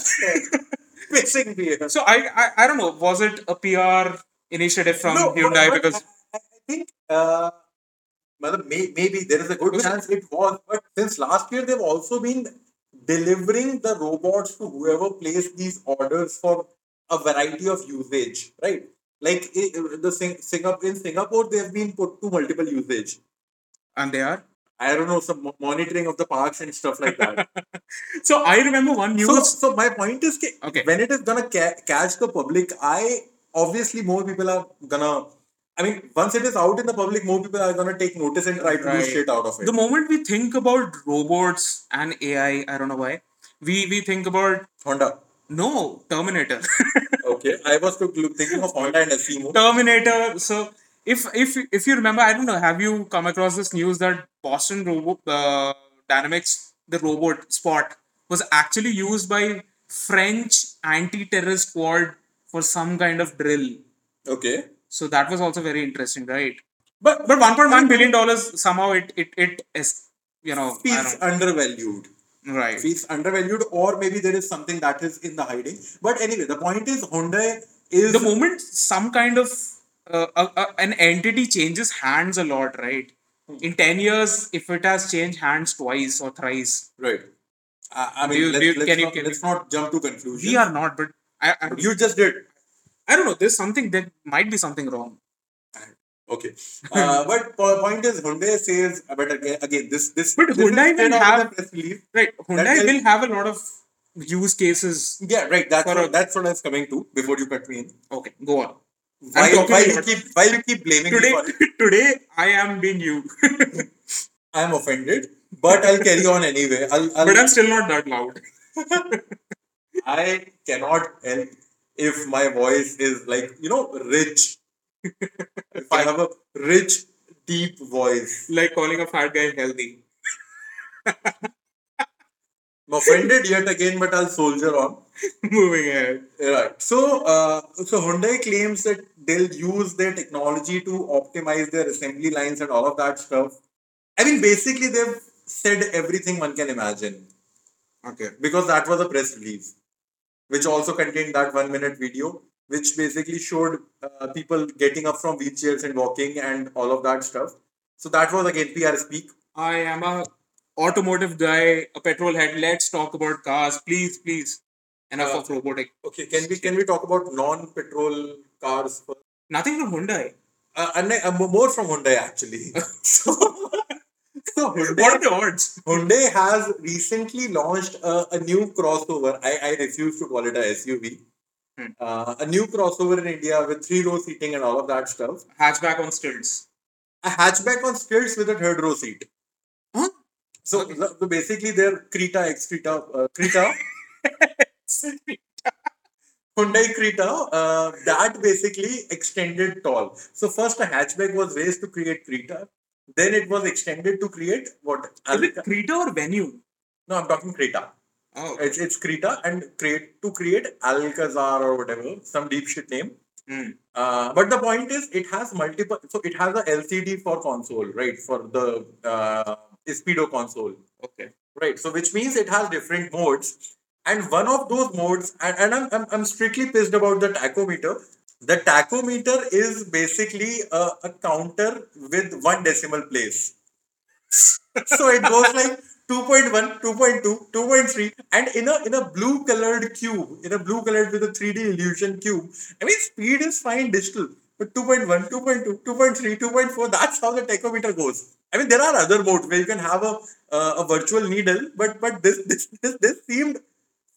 Missing beer.
so I, I i don't know was it a pr initiative from
No,
hyundai
but-
because
I, I think uh, मतलब may, maybe there is a good
Was it-
chance it was, but since last year they've also been delivering the robots to whoever placed these orders for a variety of usage, right? Like i- i- the Sing- Singapore in Singapore, they have been put to multiple usage.
and they are
I don't know some mo- monitoring of the parks and stuff like that.
so i remember one news
so, so my point is, ki-
Okay.
when it is gonna ca- catch the public, I obviously more people are gonna. I mean, once it is out in the public, more people are gonna take notice and try to do
Right.
shit out of it.
the moment we think about robots and AI, I don't know why, we we think about
Honda.
no Terminator,
Okay, I was to- thinking of Honda and Asimo.
Terminator. So if if if you remember, I don't know, have you come across this news that Boston Robo uh, Dynamics the robot Spot was actually used by French anti-terrorist squad for some kind of drill.
Okay,
So that was also very interesting, right?
but
But 1.1 billion dollars somehow it it it is you know I
feels undervalued.
don't- right.
feels undervalued, or maybe there is something that is in the hiding. But anyway, the point is Honda is
the moment some kind of uh, a, a- an entity changes hands a lot right
Hmm.
in 10 years if it has changed hands twice or thrice
right. I, I mean,
Do you-
let's,
do you-
let's
can you-
not,
can you-
let's not jump to conclusions.
we are not but I, I,
you just did.
I don't know there's something there might be something wrong
Okay, uh, but po- point is Hyundai says, uh, but again, again this this
But
this
Hyundai
is straight
will
out of
have-
the press release.
right Hyundai
That-
will have a lot of use cases
Yeah, right. That's
For
what,
a-
that's what I was coming to before you cut me in.
okay go on
Why,
talking
why
a
you
lot.
keep why you keep blaming
today
me for it?
today I am being you
I am offended, but I'll carry on anyway. I'll, I'll
but I'm still not that loud
I cannot help if my voice is like, you know, rich. if I have a rich, deep voice.
like calling a fat guy healthy
I'm offended yet again, but I'll soldier on.
moving ahead
Right. So, uh, so Hyundai claims that they'll use their technology to optimize their assembly lines and all of that stuff. I mean, basically, they've said everything one can imagine
okay
because that was a press release, which also contained that one minute video, which basically showed uh, people getting up from wheelchairs and walking and all of that stuff. So that was again PR speak.
I am a automotive guy, a petrol head. Let's talk about cars, please, please. Enough
Uh,
of robotic.
Okay, can we can we talk about non-petrol cars? first?
Nothing from Hyundai.
Uh, and, uh, more from Hyundai actually. so, so Hyundai,
What are the odds?
Hyundai has recently launched a, a new crossover. I, I refuse to call it a SUV.
Hmm.
Uh, a new crossover in India with three row seating and all of that stuff.
Hatchback on stilts.
A hatchback on stilts with a third row seat.
Huh?
So,
Okay.
so basically, they're Creta, ex Creta, uh, Creta, Hyundai Creta, uh, that basically extended tall. So first, a hatchback was raised to create Creta. Then it was extended to create what?
Is it Creta or Venue?
No, I'm talking Creta.
Oh,
It's, it's Krita and create to create Alcazar or whatever, some deep shit name.
Hmm.
Uh, but the point is, it has multiple. So it has a LCD for console, right? For the uh, Speedo console,
okay.
right? So which means it has different modes, and one of those modes, and, and I'm, I'm I'm strictly pissed about the tachometer. The tachometer is basically a, a counter with one decimal place. so it goes like 2.1, 2.2, 2.3, and in a in a blue colored cube, in a blue colored with a 3D illusion cube. I mean, speed is fine digital, but 2.1, 2.2, 2.3, 2.4, that's how the tachometer goes. I mean, there are other modes where you can have a uh, a virtual needle, but but this, this this this seemed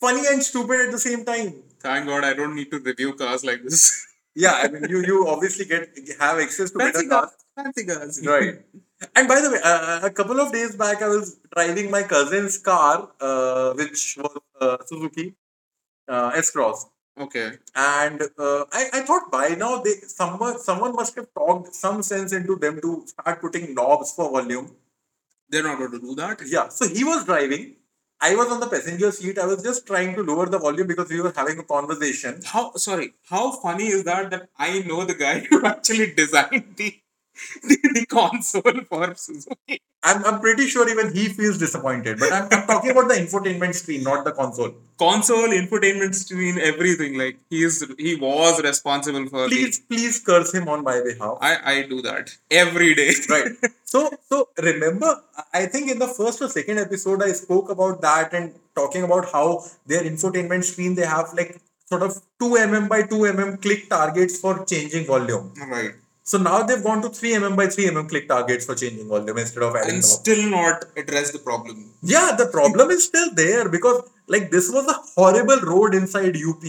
funny and stupid at the same time.
Thank God I don't need to review cars like this.
Yeah, I mean, you you obviously get have access to better
Fancy
cars.
cars. Fancy cars.
Right. And by the way, uh, a couple of days back, I was driving my cousin's car, uh, which was uh, Suzuki uh, S Cross,
Okay.
and uh, I, I thought by now they someone someone must have talked some sense into them to start putting knobs for volume.
They're not going to do that.
Yeah. So he was driving. I was on the passenger seat. I was just trying to lower the volume because we were having a conversation.
How sorry? How funny is that? That I know the guy who actually designed the the, the console for Suzuki.
I'm, I'm pretty sure even he feels disappointed. But I'm, I'm talking about the infotainment screen, not the console.
Console, infotainment screen, everything. Like he is, he was responsible for. the-
Please, please curse him on my behalf.
I I do that every day.
right so so remember I- i think in the first or second episode i spoke about that and talking about how their infotainment screen they have like sort of 2 mm by 2 mm click targets for changing volume
Right.
so now they've gone to 3 mm by 3 mm click targets for changing volume instead of adding
And
them up.
still not address the problem.
yeah the problem is still there because like this was a horrible road inside up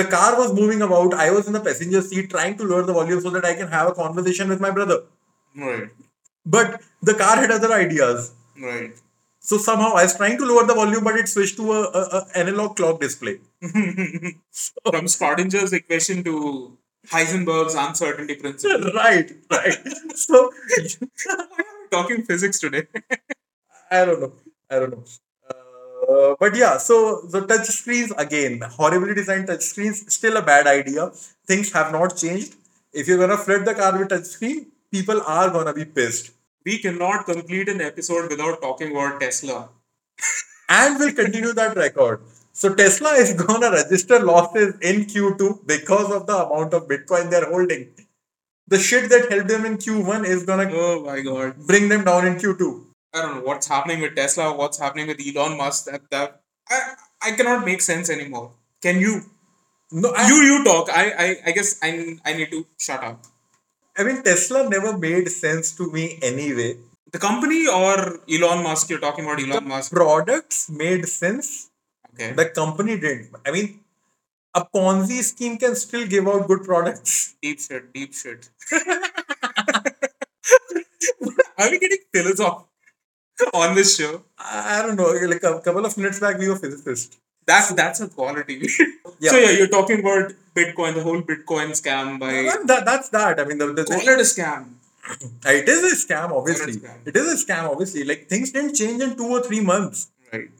the car was moving about i was in the passenger seat trying to lower the volume so that i can have a conversation with my brother
Right.
but the car had other ideas
Right.
So somehow I was trying to lower the volume, but it switched to a, a, a analog clock display.
From Schrodinger's equation to Heisenberg's uncertainty principle.
right, right. So
Talking physics today.
I don't know. I don't know. Uh, but yeah, so the touch screens again, horribly designed touch screens, still a bad idea. Things have not changed. If you're gonna flood the car with touch screen, people are gonna be pissed,
we cannot complete an episode without talking about Tesla.
and we'll continue that record. So Tesla is gonna register losses in Q2 because of the amount of Bitcoin they're holding. The shit that helped them in Q1 is gonna
Oh my god.
bring them down in Q2.
I don't know what's happening with Tesla, what's happening with Elon Musk, that that I, I cannot make sense anymore. Can you?
No, I,
you you talk. I I, I guess I, I need to shut up.
I mean Tesla never made sense to me anyway.
The company or Elon Musk, you're talking about Elon Musk.
Products made sense.
Okay.
The company didn't. I mean, a Ponzi scheme can still give out good products.
Deep shit, deep shit. Are we getting philosophical on this show?
I, I don't know. Like a couple of minutes back, we were physicists.
That's that's a quality.
Yeah.
So yeah, you're talking about Bitcoin, the whole Bitcoin scam by
Well, that, that's that. I mean, the, the, the-
call it a scam.
it is a scam, obviously.
Call it a scam.
It is a scam, obviously. Like things didn't change in two or three months.
Right.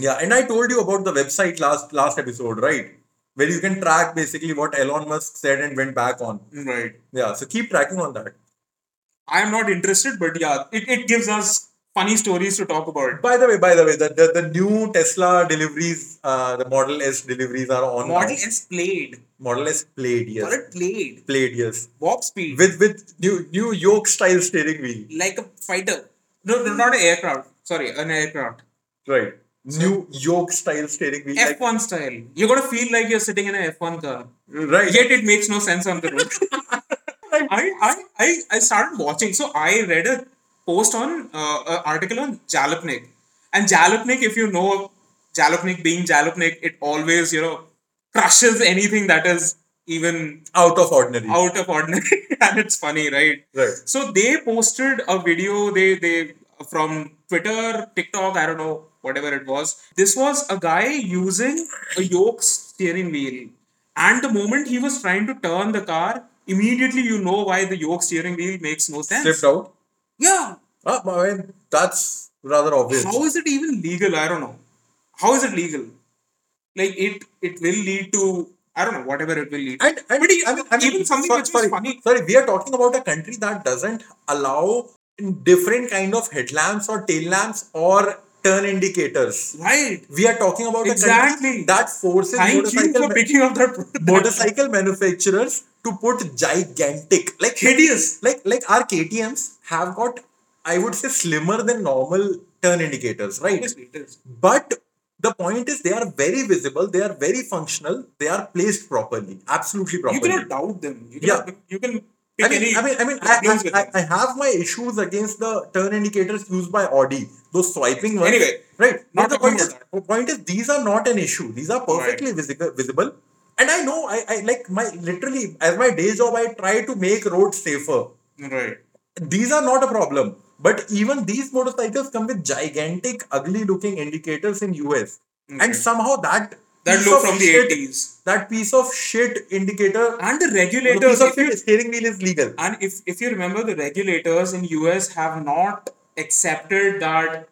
Yeah, and I told you about the website last last episode, right? Where you can track basically what Elon Musk said and went back on.
Right.
Yeah, so keep tracking on that.
I am not interested, but yeah, it, it gives us funny stories to talk about.
By the way, by the way, the, the, the new Tesla deliveries, uh, the Model S deliveries are on. now.
Model S played.
Model S played, yes.
Call it played.
Played, yes.
Walk speed.
With with new new yoke style steering wheel.
like a fighter. No, no, not an aircraft. Sorry, an aircraft.
Right. New yoke style steering wheel. like-
F1 style. You're gonna feel like you're sitting in an F1 car.
right.
Yet it makes no sense on the road. I, I, I, I started watching. So I read a post on uh, an article on Jalopnik. And Jalopnik, if you know Jalopnik being Jalopnik, it always, you know, crushes anything that is even
Out of ordinary.
out of ordinary. and it's funny, right?
Right.
So they posted a video they they from Twitter, TikTok, I don't know, whatever it was. This was a guy using a yoke steering wheel. And the moment he was trying to turn the car, immediately you know why the yoke steering wheel makes no sense.
Slipped out.
Yeah.
Ah, I mean, that's rather obvious.
How is it even legal? I don't know. How is it legal? Like it it will lead to I don't know, whatever it will lead to.
And, and I mean, I mean,
even something
so-
which is
sorry,
funny-
Sorry, we are talking about a country that doesn't allow different kind of headlamps or tail lamps or turn indicators.
Right.
We are talking about a
Exactly.
country that forces
Thank you
motorcycle
for
ma-
picking up that, that
motorcycle manufacturers to put gigantic, like
hideous.
like like our KTM's have got, I would say, slimmer than normal turn indicators, right?
Obviously, it is.
But the point is, they are very visible. They are very functional. They are placed properly, absolutely
You
properly.
cannot doubt them. You cannot, you can pick
I mean,
any
I mean, I mean, I,
problems with
I,
them.
I have my issues against the turn indicators used by Audi, those swiping ones.
Anyway,
right?
not
But the
talking
point is,
about
the point is, these are not an issue. These are perfectly visible, visible. And I know, I, I like my literally as my day job, I try to make roads safer.
right.
These are not a problem. But even these motorcycles come with gigantic, ugly-looking indicators in US, and somehow that
That
piece
look
of
from the
shit-
80s.
that piece of shit indicator,
And the
the piece
regulators,
of
if you
shit steering wheel is legal.
and if if you remember the regulators in US have not accepted that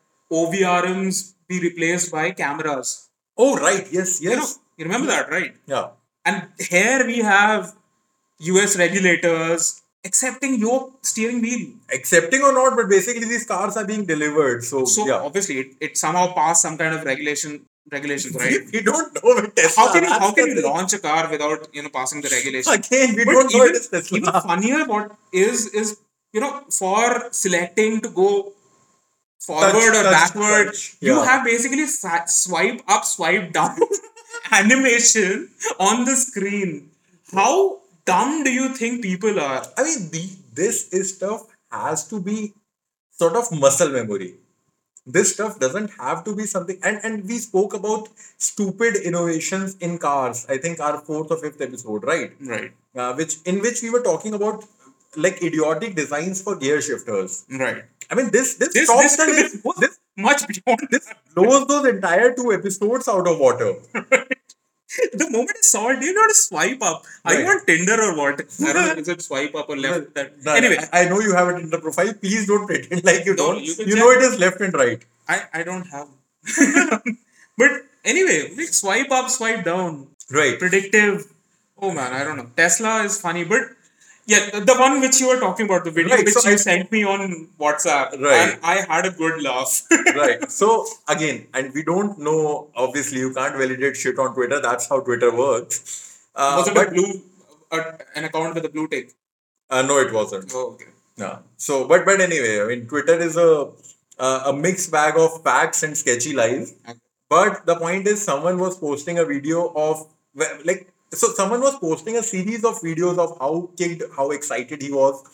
OVRMs be replaced by cameras.
Oh, right. Yes,
You know,
yes.
you remember that, right?
Yeah.
And here we have US regulators accepting your steering wheel.
Accepting or not, but basically these cars are being delivered. So,
So
yeah.
obviously it, it somehow passed some kind of regulation regulations, right?
We, we don't know with Tesla.
how can you how
That's
can
the
you
thing.
launch a car without you know passing the regulation?
Again, we
But
don't know
even,
it is Tesla.
even funnier what is is you know for selecting to go forward or
touch,
backward
touch.
you
Yeah.
have basically sa- swipe up swipe down animation on the screen how dumb do you think people are
I mean, the, this is stuff has to be sort of muscle memory. This stuff doesn't have to be something. And and we spoke about stupid innovations in cars. I think our fourth or fifth episode, right?
right
Uh, which in which we were talking about like idiotic designs for gear shifters.
right
I mean, this this
this
talk
this,
that
this,
is-
goes
this
much beyond this
blows those entire two episodes out of water.
the moment I saw it, you know how to swipe up. Are you
Right.
on Tinder or what? I don't know. Is it swipe up or left? That
No,
anyway,
I, I know you have it in the profile. Please don't pretend like you
No,
don't.
you
You,
can
know
check.
it is left and right.
I, I don't have. but anyway, like swipe up, swipe down,
Right.
predictive. Oh man, I don't know. Tesla is funny, but yeah, the, the one which you were talking about, the video
Right,
which
so
you
I-
sent me on WhatsApp,
Right.
and I had a good laugh.
right. So again, and we don't know. Obviously, you can't validate shit on Twitter. That's how Twitter works. Uh,
Was it a
but
blue, a, an account with a blue tick?
uh, no, it wasn't.
Oh, okay.
No. So, but but anyway, I mean, Twitter is a uh, a mixed bag of facts and sketchy lies.
Okay.
But the point is, someone was posting a video of well, like so. Someone was posting a series of videos of how kicked, how excited he was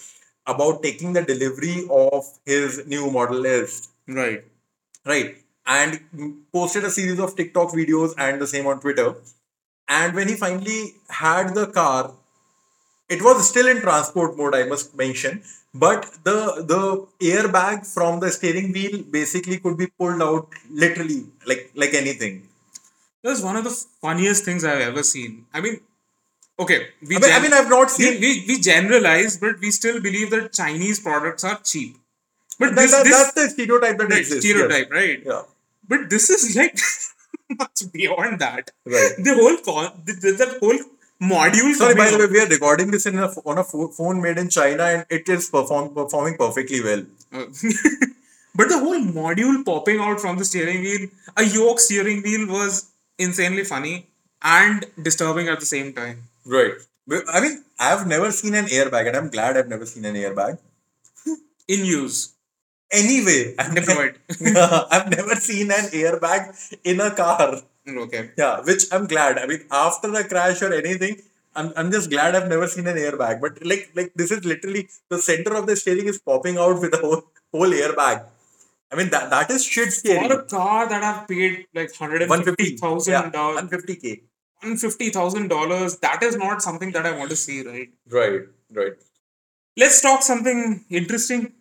about taking the delivery of his new Model S,
Right.
right? And posted a series of TikTok videos and the same on Twitter. And when he finally had the car, it was still in transport mode i must mention but the the airbag from the steering wheel basically could be pulled out literally like like anything
That was one of the funniest things I've ever seen. I mean, okay. We
I mean, I
gen-
mean i've not
we,
seen
we, we generalize, but we still believe that Chinese products are cheap. But
that,
this,
that-
this
that's the stereotype that
right,
exists yes.
stereotype, right?
yeah
But this is like much beyond that.
Right.
The whole con, the, the, the whole module.
sorry by
coming
the way
up-
we are recording this in a, ph- on a pho- phone made in china and it is perform, performing perfectly well
Uh, but the whole module popping out from the steering wheel, a yoke steering wheel, was insanely funny and disturbing at the same time.
right i mean i've never seen an airbag and i'm glad i've never seen an airbag
In use,
anyway I've
deployed.
never- I've never seen an airbag in a car
okay.
Yeah, which I'm glad. I mean, after the crash or anything, I'm, I'm just glad I've never seen an airbag. But like like this is literally the center of the steering is popping out with a whole, whole airbag. I mean that that is shit scary.
For a car that I've paid like hundred and
One
fifty
fifty
thousand dollars,
One fifty k.
one fifty thousand dollars. That is not something that I want to see, right?
Right, right.
Let's talk something interesting.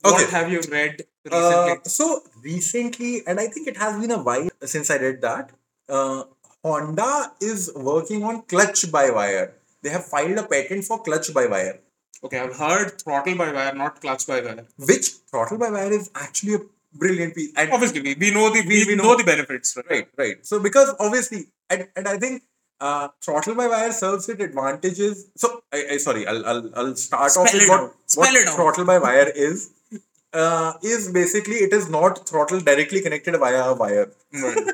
What
Okay.
have you read
Uh,
recently?
so recently, and I think it has been a while since I read that. Uh, Honda is working on clutch by wire. They have filed a patent for clutch by wire.
okay, I've heard throttle by wire, not clutch by wire.
which throttle by wire is actually a brilliant piece. And
Obviously, we, we know the we,
We
know,
know.
the benefits, right?
right, right. So because obviously, and, and I think uh, throttle by wire serves its advantages. So I, I sorry, I'll I'll, I'll start
Spell
off with
it
what,
out.
what
Spell it out.
throttle by wire is. uh, is basically it is not throttle directly connected via a wire.
Right.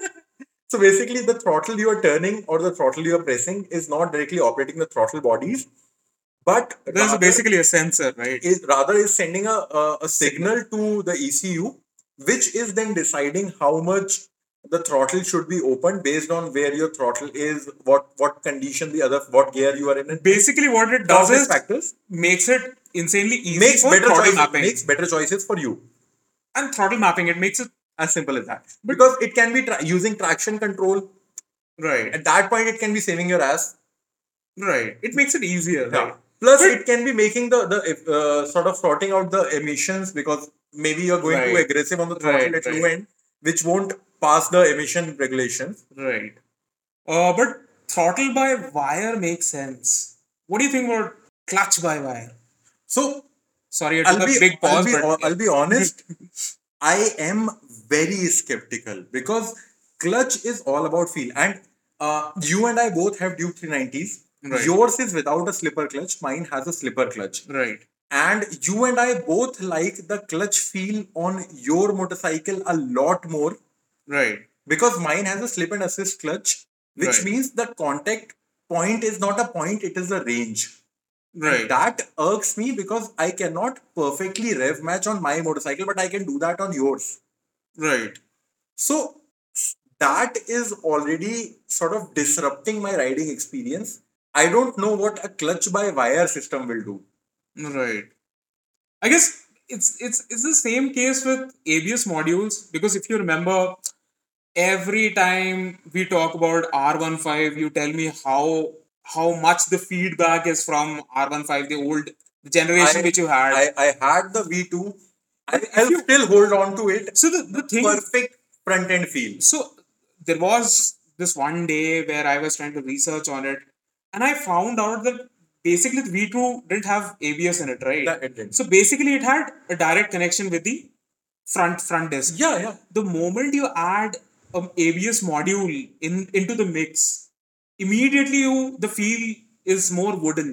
So basically, the throttle you are turning or the throttle you are pressing is not directly operating the throttle bodies, but
There's
rather
basically a sensor, right?
is rather is sending a, a, a signal to the ECU, which is then deciding how much the throttle should be opened based on where your throttle is, what what condition the other what gear you are in, and
Basically, what it
all
does
these
is
factors
makes it insanely easy
makes
for
better
throttle
choices,
mapping.
makes better choices for you.
and throttle mapping, it makes it
As simple as that. Because it can be tra- using traction control.
right.
At that point, it can be saving your ass.
Right. It makes it easier.
Yeah.
Right.
Plus, it can be making the the uh, sort of sorting out the emissions because maybe you're going too
Right.
aggressive on the throttle
Right,
at
right.
low end, which won't pass the emission regulations.
Right. Uh, but throttle by wire makes sense. What do you think about clutch by wire?
So
Sorry, I took
I'll
a
be,
big pause.
I'll, be
but
ho- I'll be honest. I am very skeptical because clutch is all about feel, and uh, you and I both have Duke 390s.
Right.
Yours is without a slipper clutch. Mine has a slipper clutch.
right.
and you and I both like the clutch feel on your motorcycle a lot more
Right.
because mine has a slip and assist clutch, which
Right.
means the contact point is not a point, it is a range.
Right.
That irks me because I cannot perfectly rev match on my motorcycle, but I can do that on yours.
Right.
So that is already sort of disrupting my riding experience. I don't know what a clutch by wire system will do.
Right. I guess it's it's it's the same case with ABS modules because if you remember every time we talk about R15 you tell me how how much the feedback is from R15 the old
I-
generation which you had.
I, I had the V2. I,
But if
I'll
you-
still hold on to it.
so the, the thing is-
Perfect front end feel.
so there was this one day where I was trying to research on it, and I found out that basically the V2 didn't have ABS in it, right?
That it did.
So basically, it had a direct connection with the front front disc.
Yeah, yeah.
The moment you add an ABS module in into the mix, immediately you the feel is more wooden.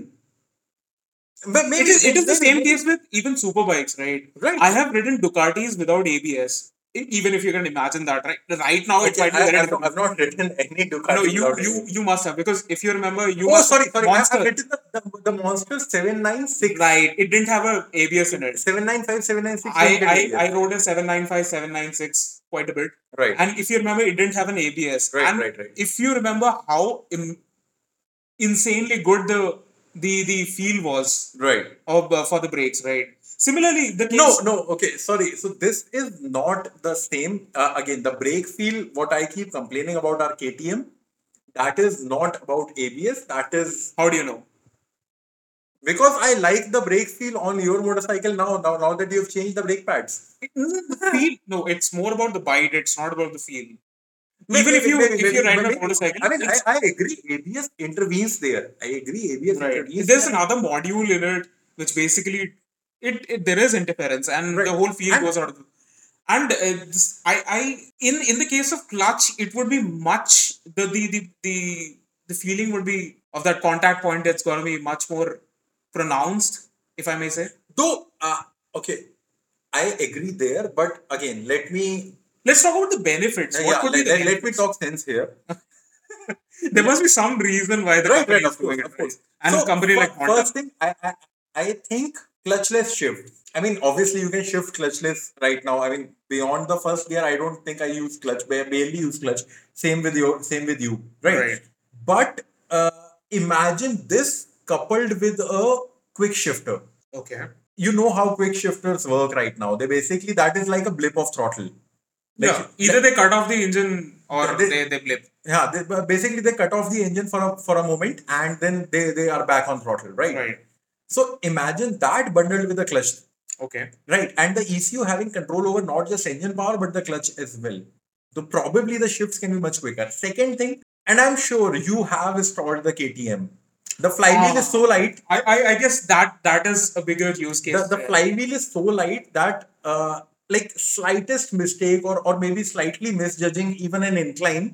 But maybe
It is it is the
maybe-
same case with even superbikes, right?
Right.
I have ridden Ducatis without ABS. e- Even if you can imagine that, right? Right now, it
Okay,
might be
I,
very
I've,
difficult.
not- I've not written any Ducati.
No, you
without
you
it.
you must have because if you remember, you
Oh,
must
sorry, sorry. I-
monster.
I've written the, the, the Monster 796.
right. It didn't have a ABS in it.
795, 796.
I
didn't get it
I,
yet.
I rode a seven nine five seven nine six quite a bit,
right.
and if you remember, it didn't have an ABS.
Right,
and
right, right.
If you remember how im- insanely good the the the feel was
right.
of uh, for the brakes, right? Similarly, the
No,
case-
no, okay, sorry. So this is not the same. Uh, again, the brake feel, what I keep complaining about our KTM, that is not about ABS. That is
How do you know?
Because I like the brake feel on your motorcycle now, now, now that you've changed the brake pads.
It- the feel? No, it's more about the bite. It's not about the feel. Even
Maybe-
if you
maybe-
if you
maybe-
ride a
maybe-
motorcycle,
I mean, I,
it's-
I agree, ABS intervenes there. I agree, ABS
Right.
intervenes
There's
there.
another module in it which basically it, it there is interference and
Right.
the whole field
And-
goes out of the and uh, this, I, I in in the case of clutch it would be much the the the the, the feeling would be of that contact point it's going to be much more pronounced if I may say
Though, uh, okay, I agree there, but again, let me
let's talk about the benefits what
yeah,
could
let,
be the
let, let me
benefits?
talk sense here.
there must be some reason why the
Right,
company
right,
is
of course,
doing it,
of course.
right? and
So,
a company
fir-
like Honda
First thing, I, I, I think clutchless shift. I mean, obviously, you can shift clutchless right now. I mean, beyond the first gear, I don't think I use clutch. ba- Barely use clutch. Same with your, same with you, right?
Right.
But uh, imagine this coupled with a quick shifter.
okay
You know how quick shifters work right now. They basically that is like a blip of throttle. Like,
yeah either they cut off the engine or
They-
they, they blip
yeah, they, basically they cut off the engine for a, for a moment and then they, they are back on throttle, right?
right
So imagine that bundled with a clutch,
okay
right? And the ECU having control over not just engine power but the clutch as well. So probably the shifts can be much quicker. Second thing, and I'm sure you have installed the KTM. The flywheel
Ah.
is so light.
I, I, I guess that that is a bigger use case.
The, the
there.
flywheel is so light that uh, like slightest mistake or or maybe slightly misjudging even an incline,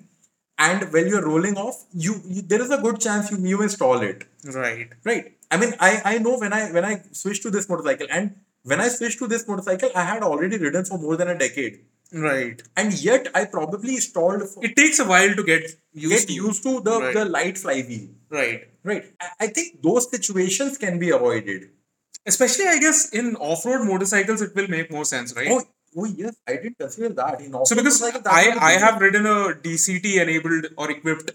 and when you're rolling off, you, you there is a good chance you you install it.
Right.
right i mean i i know when i when i switched to this motorcycle and When I switched to this motorcycle, I had already ridden for more than a decade.
Right.
And yet, I probably stalled for,
It takes a while to get used
get
to.
used to the,
Right.
the light flywheel.
Right.
Right. I, I think those situations can be avoided.
Especially, I guess, in off-road motorcycles, it will make more sense, right?
Oh, oh yes, I didn't consider that. In
so because I, I have ridden a DCT-enabled or equipped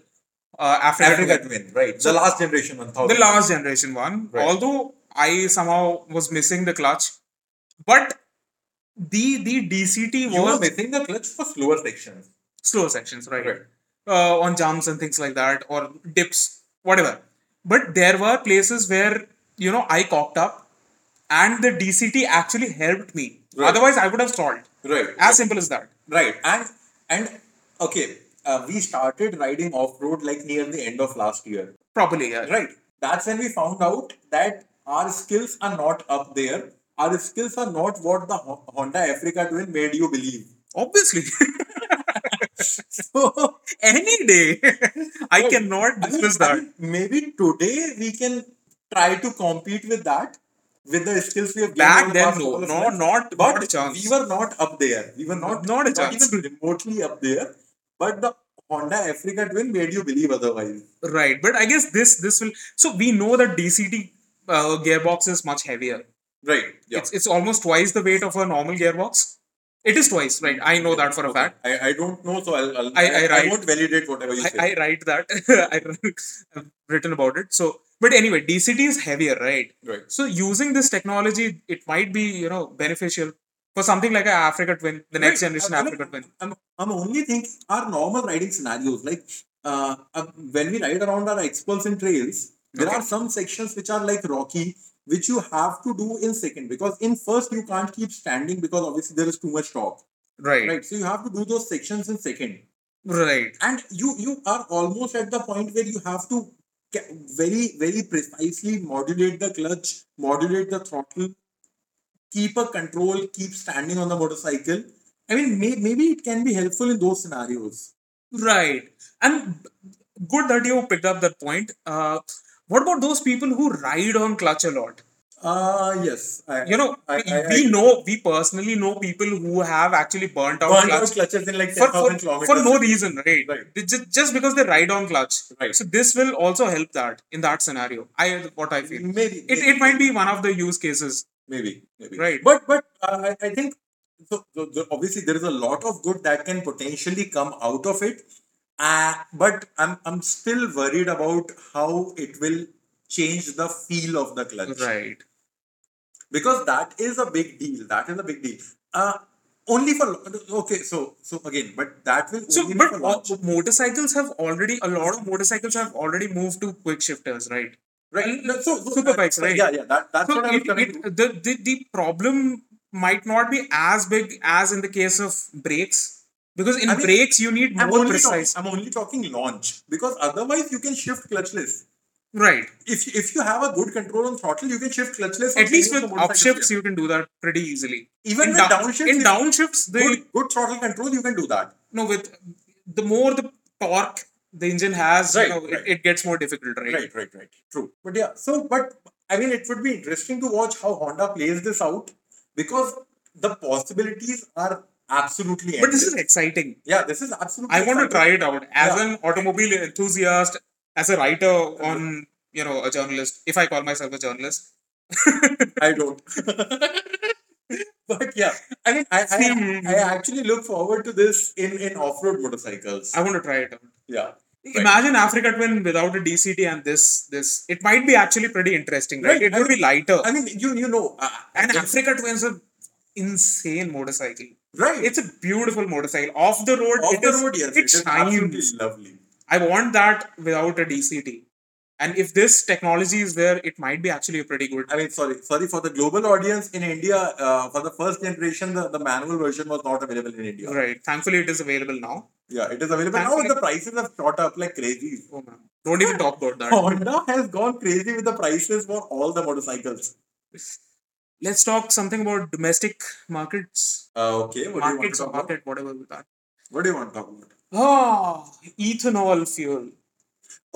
uh, Africa,
Africa
Twin.
Twin, right? The last generation one thousand.
the last generation one
Right.
although i somehow was missing the clutch but the the dct
You were
was
missing the clutch for slower sections.
slower sections right,
Right.
Uh, on jumps and things like that or dips whatever but there were places where you know i cocked up and the dct actually helped me
Right.
otherwise i would have stalled
Right.
as simple as that
Right. And and okay, uh, we started riding off road like near the end of last year.
properly yeah.
Right. That's when we found out that our skills are not up there. Our skills are not what the Ho- Honda Africa Twin made you believe.
obviously
So
any day i
Right.
cannot
I mean,
dismiss
I
that
mean, maybe today we can try to compete with that with the skills we have gained
Back
over the
then,
past
no.
couple of
No,
years.
not-
but
not a chance.
we were not up there. We were not
Not a chance.
even remotely up there. But the Honda Africa Twin made you believe otherwise.
Right, but I guess this this will. So we know that DCT uh, gearbox is much heavier.
Right. Yeah.
It's it's almost twice the weight of a normal gearbox. It is twice, right? I know that for a fact.
I, I don't know, so I'll, I'll
I- I ride-
won't validate whatever you say.
I, I write that. I- I've written about it. So, but anyway, DCT is heavier, right?
right.
So using this technology, it might be you know beneficial for something like a Africa Twin, the next
Right.
generation
I- I mean,
Africa Twin.
I'm, I'm only thinking our normal riding scenarios. Like uh, uh, when we ride around our expulse and trails, there
Okay.
are some sections which are like rocky, which you have to do in second because in first you can't keep standing because obviously there is too much torque.
Right, right,
Right. So you have to do those sections in second, and you you are almost at the point where you have to ca- very very precisely modulate the clutch, modulate the throttle, keep a control, keep standing on the motorcycle. I mean, may, maybe it can be helpful in those scenarios.
right. And good that you picked up that point. Uh, what about those people who ride on clutch a lot?
Uh yes, I,
you know,
I, I,
we
I,
know, we personally know people who have actually burnt out
burnt out
clutch
clutches in like
for,
ten
for,
thousand kilometers
for no reason, right?
Right.
Just, just because they ride on clutch.
Right.
So this will also help that in that scenario. I what I feel.
Maybe
It,
maybe.
it might be one of the use cases.
maybe maybe
Right.
but but uh, I, I think so, so, so obviously there is a lot of good that can potentially come out of it uh, but i'm i'm still worried about how it will change the feel of the clutch
Right.
because that is a big deal that is a big deal uh, only for lo- okay so so again but that will
So,
only be
but
for launch.
uh, motorcycles have already a lot of motorcycles have already moved to quick shifters, right?
right no, so, so
superbikes, right?
yeah yeah that, that's
So
what i
it,
was trying to
it, the, the the problem might not be as big as in the case of brakes because in
I mean,
brakes you need
I'm
more
only, talking,
precise.
I'm only talking launch because otherwise you can shift clutchless
Right.
if if you have a good control on throttle, you can shift clutchless. on
At least
any
with
of the motorcycles
upshifts,
here.
you can do that pretty easily.
even
in
with
down-
downshifts,
in
you-
downshifts, the
good, good throttle control, you can do that.
no with the more the torque the engine has,
Right,
you know,
right.
it, it gets more difficult, right?
Right, right, right. True. But yeah, so but I mean, it would be interesting to watch how Honda plays this out because the possibilities are absolutely.
But this
endless.
is exciting.
yeah, this is absolutely.
I want to try
exciting.
it out as
Yeah.
an automobile enthusiast, as a writer, on you know, a journalist. If I call myself a journalist,
I don't. but yeah, I mean, I, I,
Hmm.
I actually look forward to this in in off road motorcycles.
I want to try it out.
yeah. Right.
Imagine Africa Twin without a DCT and this this. It might be actually pretty interesting, right?
Right,
It
I
would be lighter.
I mean, you you know, uh,
and Africa Twin's an insane motorcycle.
right?
It's a beautiful motorcycle. Off the road,
off
it
the
is-
road, yes,
it,
it is absolutely
shines.
lovely.
I want that without a DCT. And if this technology is there, it might be actually a pretty good.
I mean, sorry, sorry for the global audience in India. Uh, for the first generation, the, the manual version was not available in India.
Right. Thankfully, it is available now.
Yeah, it is available now,
Thankfully-
and the prices have shot up like crazy.
Oh man. Don't even talk about that.
Honda has gone crazy with the prices for all the motorcycles.
Let's talk something about domestic markets,
Uh, okay, what do you want to
markets or
talk about?
market, whatever with that.
What do you want to talk about? Ah,
Oh, ethanol fuel.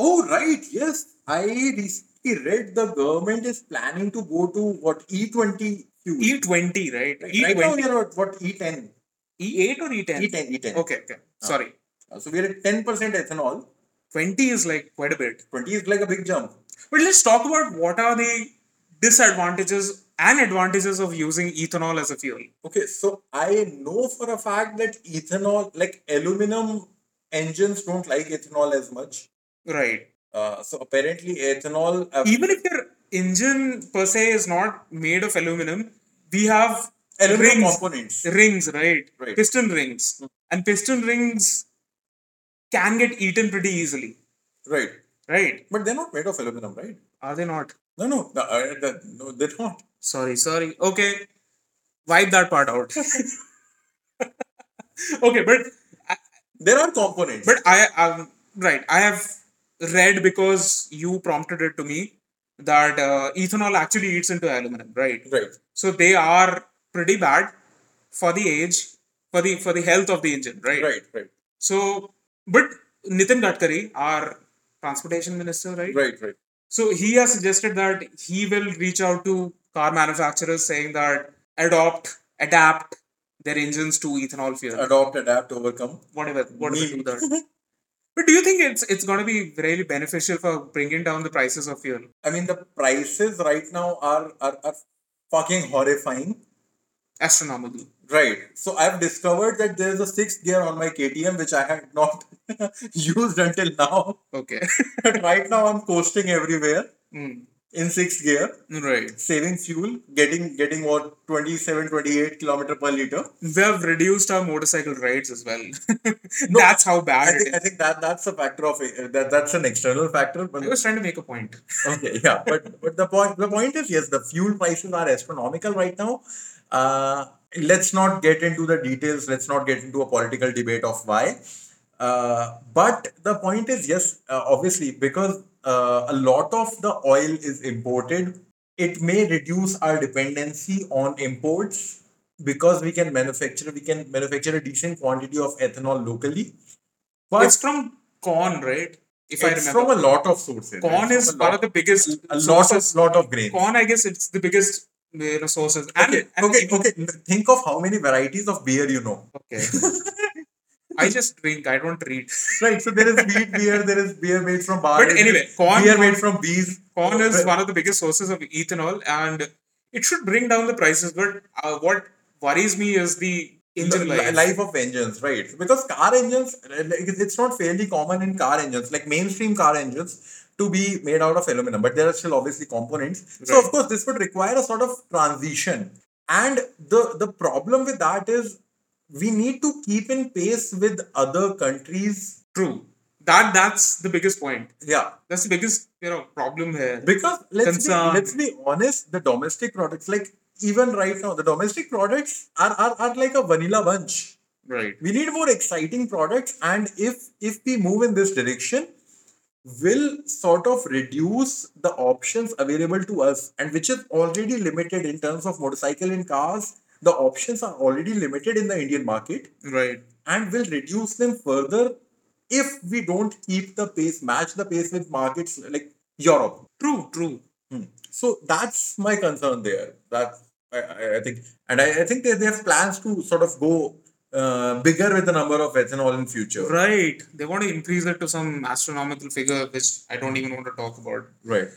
Oh, right, yes. I recently read the government is planning to go to what E20 huge.
E E20, right?
E
E
right now we
E20.
are at what E E10,
E8 or E10?
E10, E10.
Okay, okay. Sorry.
E Uh, So we are at 10% ethanol.
20 is like quite a bit.
20 is like a big jump.
But let's talk about what are the disadvantages and advantages of using ethanol as a fuel.
Okay, so I know for a fact that ethanol, like aluminum engines, don't like ethanol as much.
Right.
Uh, so apparently, ethanol. Uh,
Even if your engine per se is not made of aluminum, we have
aluminum
rings,
components.
rings, right?
Right. Hmm.
Piston rings. And piston rings can get eaten pretty easily,
Right.
right?
But they're not made of aluminum, right?
Are they not?
No, no. No, uh, the- no they're not.
Sorry, sorry. Okay. Wipe that part out. okay, but
There are components.
But I um, right. I have read because you prompted it to me that uh, ethanol actually eats into aluminum, right?
right.
So they are pretty bad for the age, for the for the health of the engine, right?
Right. Right.
So, but Nitin Gadkari, our transportation minister, right?
Right. Right.
So he has suggested that he will reach out to car manufacturers saying that adopt, adapt their engines to ethanol fuel
Adopt, adapt, overcome.
whatever whatever
Me.
do that. But do you think it's it's going to be really beneficial for bringing down the prices of fuel?
I mean, the prices right now are are, are fucking horrifying.
Astronomical.
Right. So I've discovered that there's a sixth gear on my KTM which I had not used until now.
Okay.
But right now I'm coasting everywhere
Hmm.
in sixth gear,
Right.
saving fuel, getting getting what 27, 28 kilometer per liter.
We have reduced our motorcycle rides as well. That's how
I
bad it
think I
is.
think that that's a factor of it. That that's an external factor. But
I was trying to make a point.
okay, yeah. But but the point the point is yes, the fuel prices are astronomical right now. Uh, let's not get into the details. Let's not get into a political debate of why. Uh, but the point is yes, uh, obviously because uh, a lot of the oil is imported, it may reduce our dependency on imports because we can manufacture we can manufacture a decent quantity of ethanol locally. But
it's from corn, right? If I
it's from
remember,
a lot of sources.
corn
It's
is
from a
one
lot
of the
a
biggest
lot of
sources.
lot of grains.
corn, I guess, it's the biggest you know, sources. And,
Okay,
and
okay,
even-
okay. Think of how many varieties of beer you know.
okay. I just drink. I don't read.
Right. So there is wheat beer. There is beer made from barley.
But
there is
anyway, corn-
beer made from bees.
corn is
Well,
one of the biggest sources of ethanol and it should bring down the prices but uh, what worries me is the engine
li-
life,
life of engines, right? Because car engines, like, it's not fairly common in car engines, like mainstream car engines, to be made out of aluminum. But there are still obviously components. So of
Right.
course, this would require a sort of transition. And the the problem with that is we need to keep in pace with other countries.
true that that's the biggest point
Yeah.
that's the biggest you know problem here
because let's be,
concern.
let's be honest the domestic products like even right now the domestic products are, are, are like a vanilla bunch
right
we need more exciting products and if if we move in this direction will sort of reduce the options available to us and which is already limited in terms of motorcycle and cars the options are already limited in the indian market
right
and will reduce them further if we don't keep the pace match the pace with markets like europe
true true
so that's my concern there. That's I, I, I think, and I, I think they, they have plans to sort of go uh, bigger with the number of ethanol in future.
right they want to increase it to some astronomical figure which i don't even want to talk about
Right.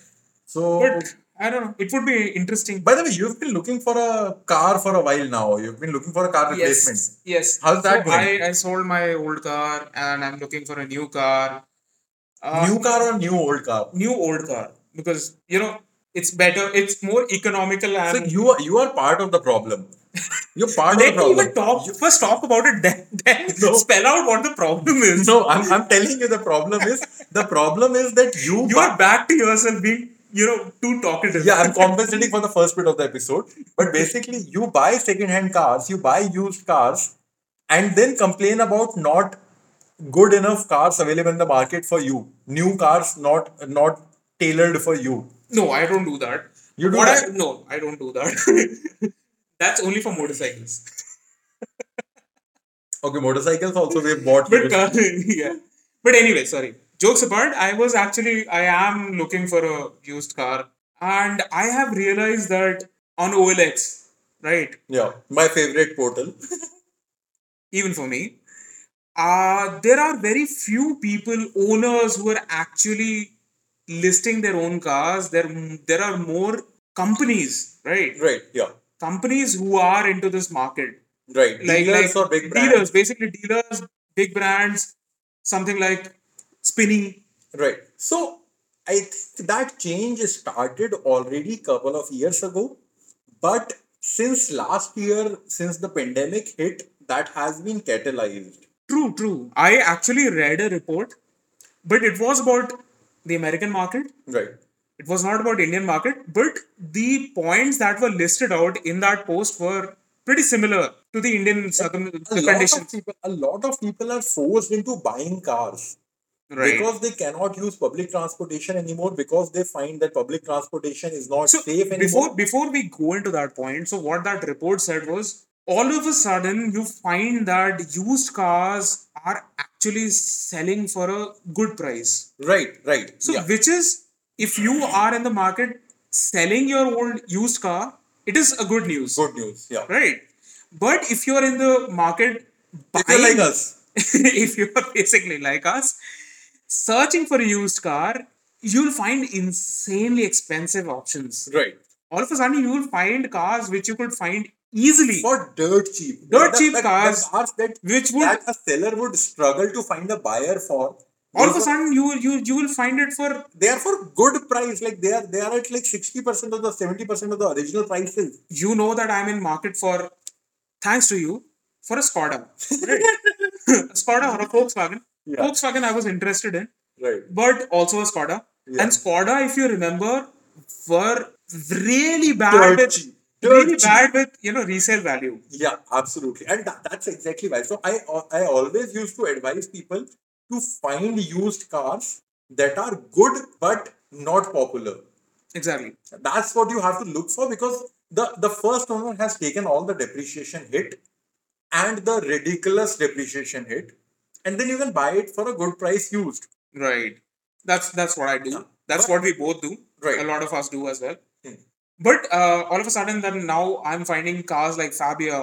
So,
but i don't know it would be interesting
by the way, you've been looking for a car for a while now. You've been looking for a car replacement.
Yes, yes.
How's that
so
going?
I, I sold my old car and I'm looking for a new car. Uh,
new car or new old car?
new old car because you know it's better it's more economical and
So you are you are part of the problem. You're part of the
let me
problem.
even talk first talk about it then, then
No.
spell out what the problem is
No, I'm, I'm telling you the problem is the problem is that you
you are back to yourself being you know too talkative
yeah, I'm compensating for the first bit of the episode. But basically, you buy second-hand cars, you buy used cars, and then complain about not good enough cars available in the market for you. New cars not not tailored for you.
no i don't do that
You do
what
that.
I, no i don't do that that's only for motorcycles
Okay, motorcycles also we have bought.
but uh, yeah but anyway sorry jokes apart i was actually i am looking for a used car and i have realized that on olx right?
Yeah, my favorite portal.
Even for me. Uh, there are very few people, owners, who are actually listing their own cars. There, there are more companies, right?
Right. Yeah.
Companies who are into this market.
Right.
Like,
dealers
like
or big brands.
dealers, basically dealers, big brands, something like Spinning.
Right. So I think that change started already couple of years ago, but since last year, since the pandemic hit, that has been catalyzed.
True, true. I actually read a report, but it was about the American market.
Right.
It was not about Indian market, but the points that were listed out in that post were pretty similar to the Indian circum-
A lot,
conditions.
of people, a lot of people are forced into buying cars
Right.
because they cannot use public transportation anymore because they find that public transportation is not
so
safe anymore.
before before we go into that point, so what that report said was all of a sudden you find that used cars are actually selling for a good price.
right, right.
So,
yeah.
which is if you are in the market selling your old used car, it is a good news,
Good news. Yeah.
right? But if you are in the market buying,
If you're like us.
if you are basically like us, searching for a used car, you'll find insanely expensive options.
Right.
All of a sudden, you will find cars which you could find easily,
For dirt cheap.
Dirt
The-
cheap
the- the
cars.
cars that
which would
that a seller would struggle to find a buyer for.
all of a
Those are-
sudden you you you will find it for
they are for good price. Like they are they are at like sixty percent of the seventy percent of the original prices.
you know that I'm in market for, thanks to you, for a Skoda. Right? a Skoda or a Volkswagen.
Yeah.
Volkswagen I was interested in,
Right.
but also a Skoda.
Yeah.
And Skoda, if you remember, were really bad
Dirt
with
cheap.
really
Dirt cheap.
bad with you know resale value.
Yeah, absolutely. And that, that's exactly why. So I I always used to advise people to find used cars that are good but not popular.
Exactly.
That's what you have to look for because the, the first owner has taken all the depreciation hit and the ridiculous depreciation hit. And then you can buy it for a good price used.
Right. That's that's what I do. That's
But-
what we both do.
Right.
A lot of us do as well.
Hmm.
But uh, all of a sudden, then now I'm finding cars like Fabia,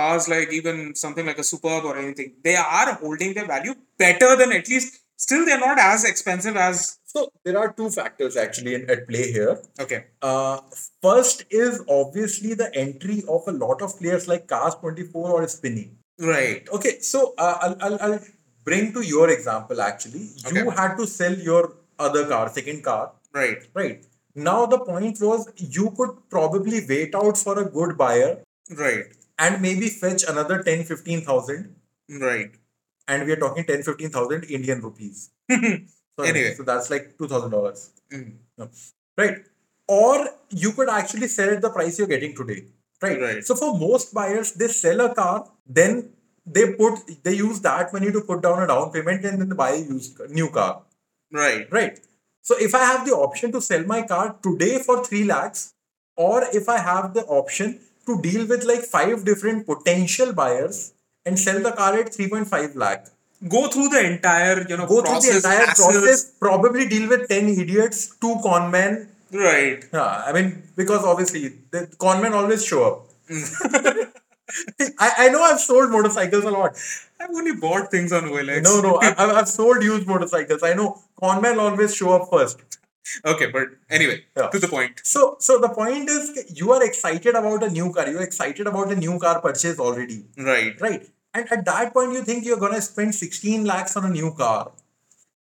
cars like even something like a Superb or anything. They are holding their value better than at least. Still, they're not as expensive as.
So there are two factors actually in, at play here.
Okay.
Uh, first is obviously the entry of a lot of players like Cars 24 or Spinny.
Right.
Okay, so uh, I'll, I'll, I'll bring to your example actually. You
Okay.
had to sell your other car, second car,
Right.
right? Now the point was you could probably wait out for a good buyer
Right.
and maybe fetch another 10 15,000
Right.
and we are talking 10 15,000 Indian rupees. So,
Anyway.
so that's like $2,000.
Mm.
No. Right. Or you could actually sell at the price you're getting today. Right.
Right.
So for most buyers, they sell a car, then they put they use that money to put down a down payment and then buy a used car- new car.
Right.
Right. So if I have the option to sell my car today for 3 lakhs, or if I have the option to deal with like five different potential buyers and sell the car at 3.5 lakh.
Go through the entire you know
Go
process.
through the entire
hassles.
process, probably deal with 10 idiots, two con men,
Right.
yeah, I mean, because obviously the con men always show up. I, I know I've sold motorcycles a lot.
I've only bought things on OLX.
No, no, I, I've I've sold used motorcycles. I know con men always show up first.
Okay, but anyway,
Yeah.
to the point.
So, so the point is, that you are excited about a new car. You're excited about a new car purchase already,
Right.
right? And at that point, you think you're gonna spend 16 lakhs on a new car.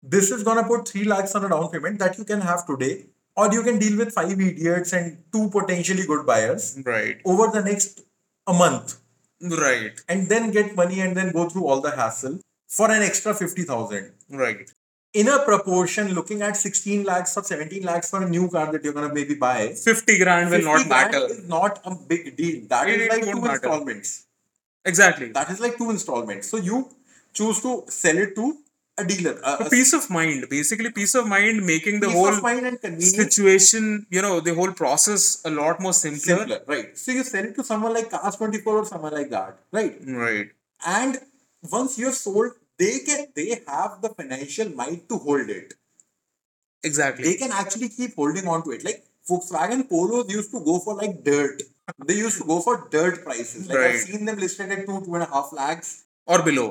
This is gonna put 3 lakhs on a down payment that you can have today, or you can deal with five idiots and two potentially good buyers.
Right.
over the next a month
Right.
and then get money and then go through all the hassle for an extra 50,000
Right.
in a proportion looking at 16 lakhs or 17 lakhs for a new car that you're going to maybe buy
50 grand will
50
not
grand
matter.
is not a big deal That is
It- it
like
won't
two
matter.
installments
Exactly.
that is like two installments so you choose to sell it to a dealer a,
A
a
peace of mind, basically peace of mind, making the
peace
whole
of mind and convenience
situation, you know, the whole process a lot more simpler.
simpler right so you sell it to someone like cars 24 or someone like that right
Right.
and once you have sold they can they have the financial might to hold it
Exactly.
they can actually keep holding on to it like volkswagen polos used to go for like dirt They used to go for dirt prices. Like I've
Right.
seen them listed at two, two and a half lakhs.
or below.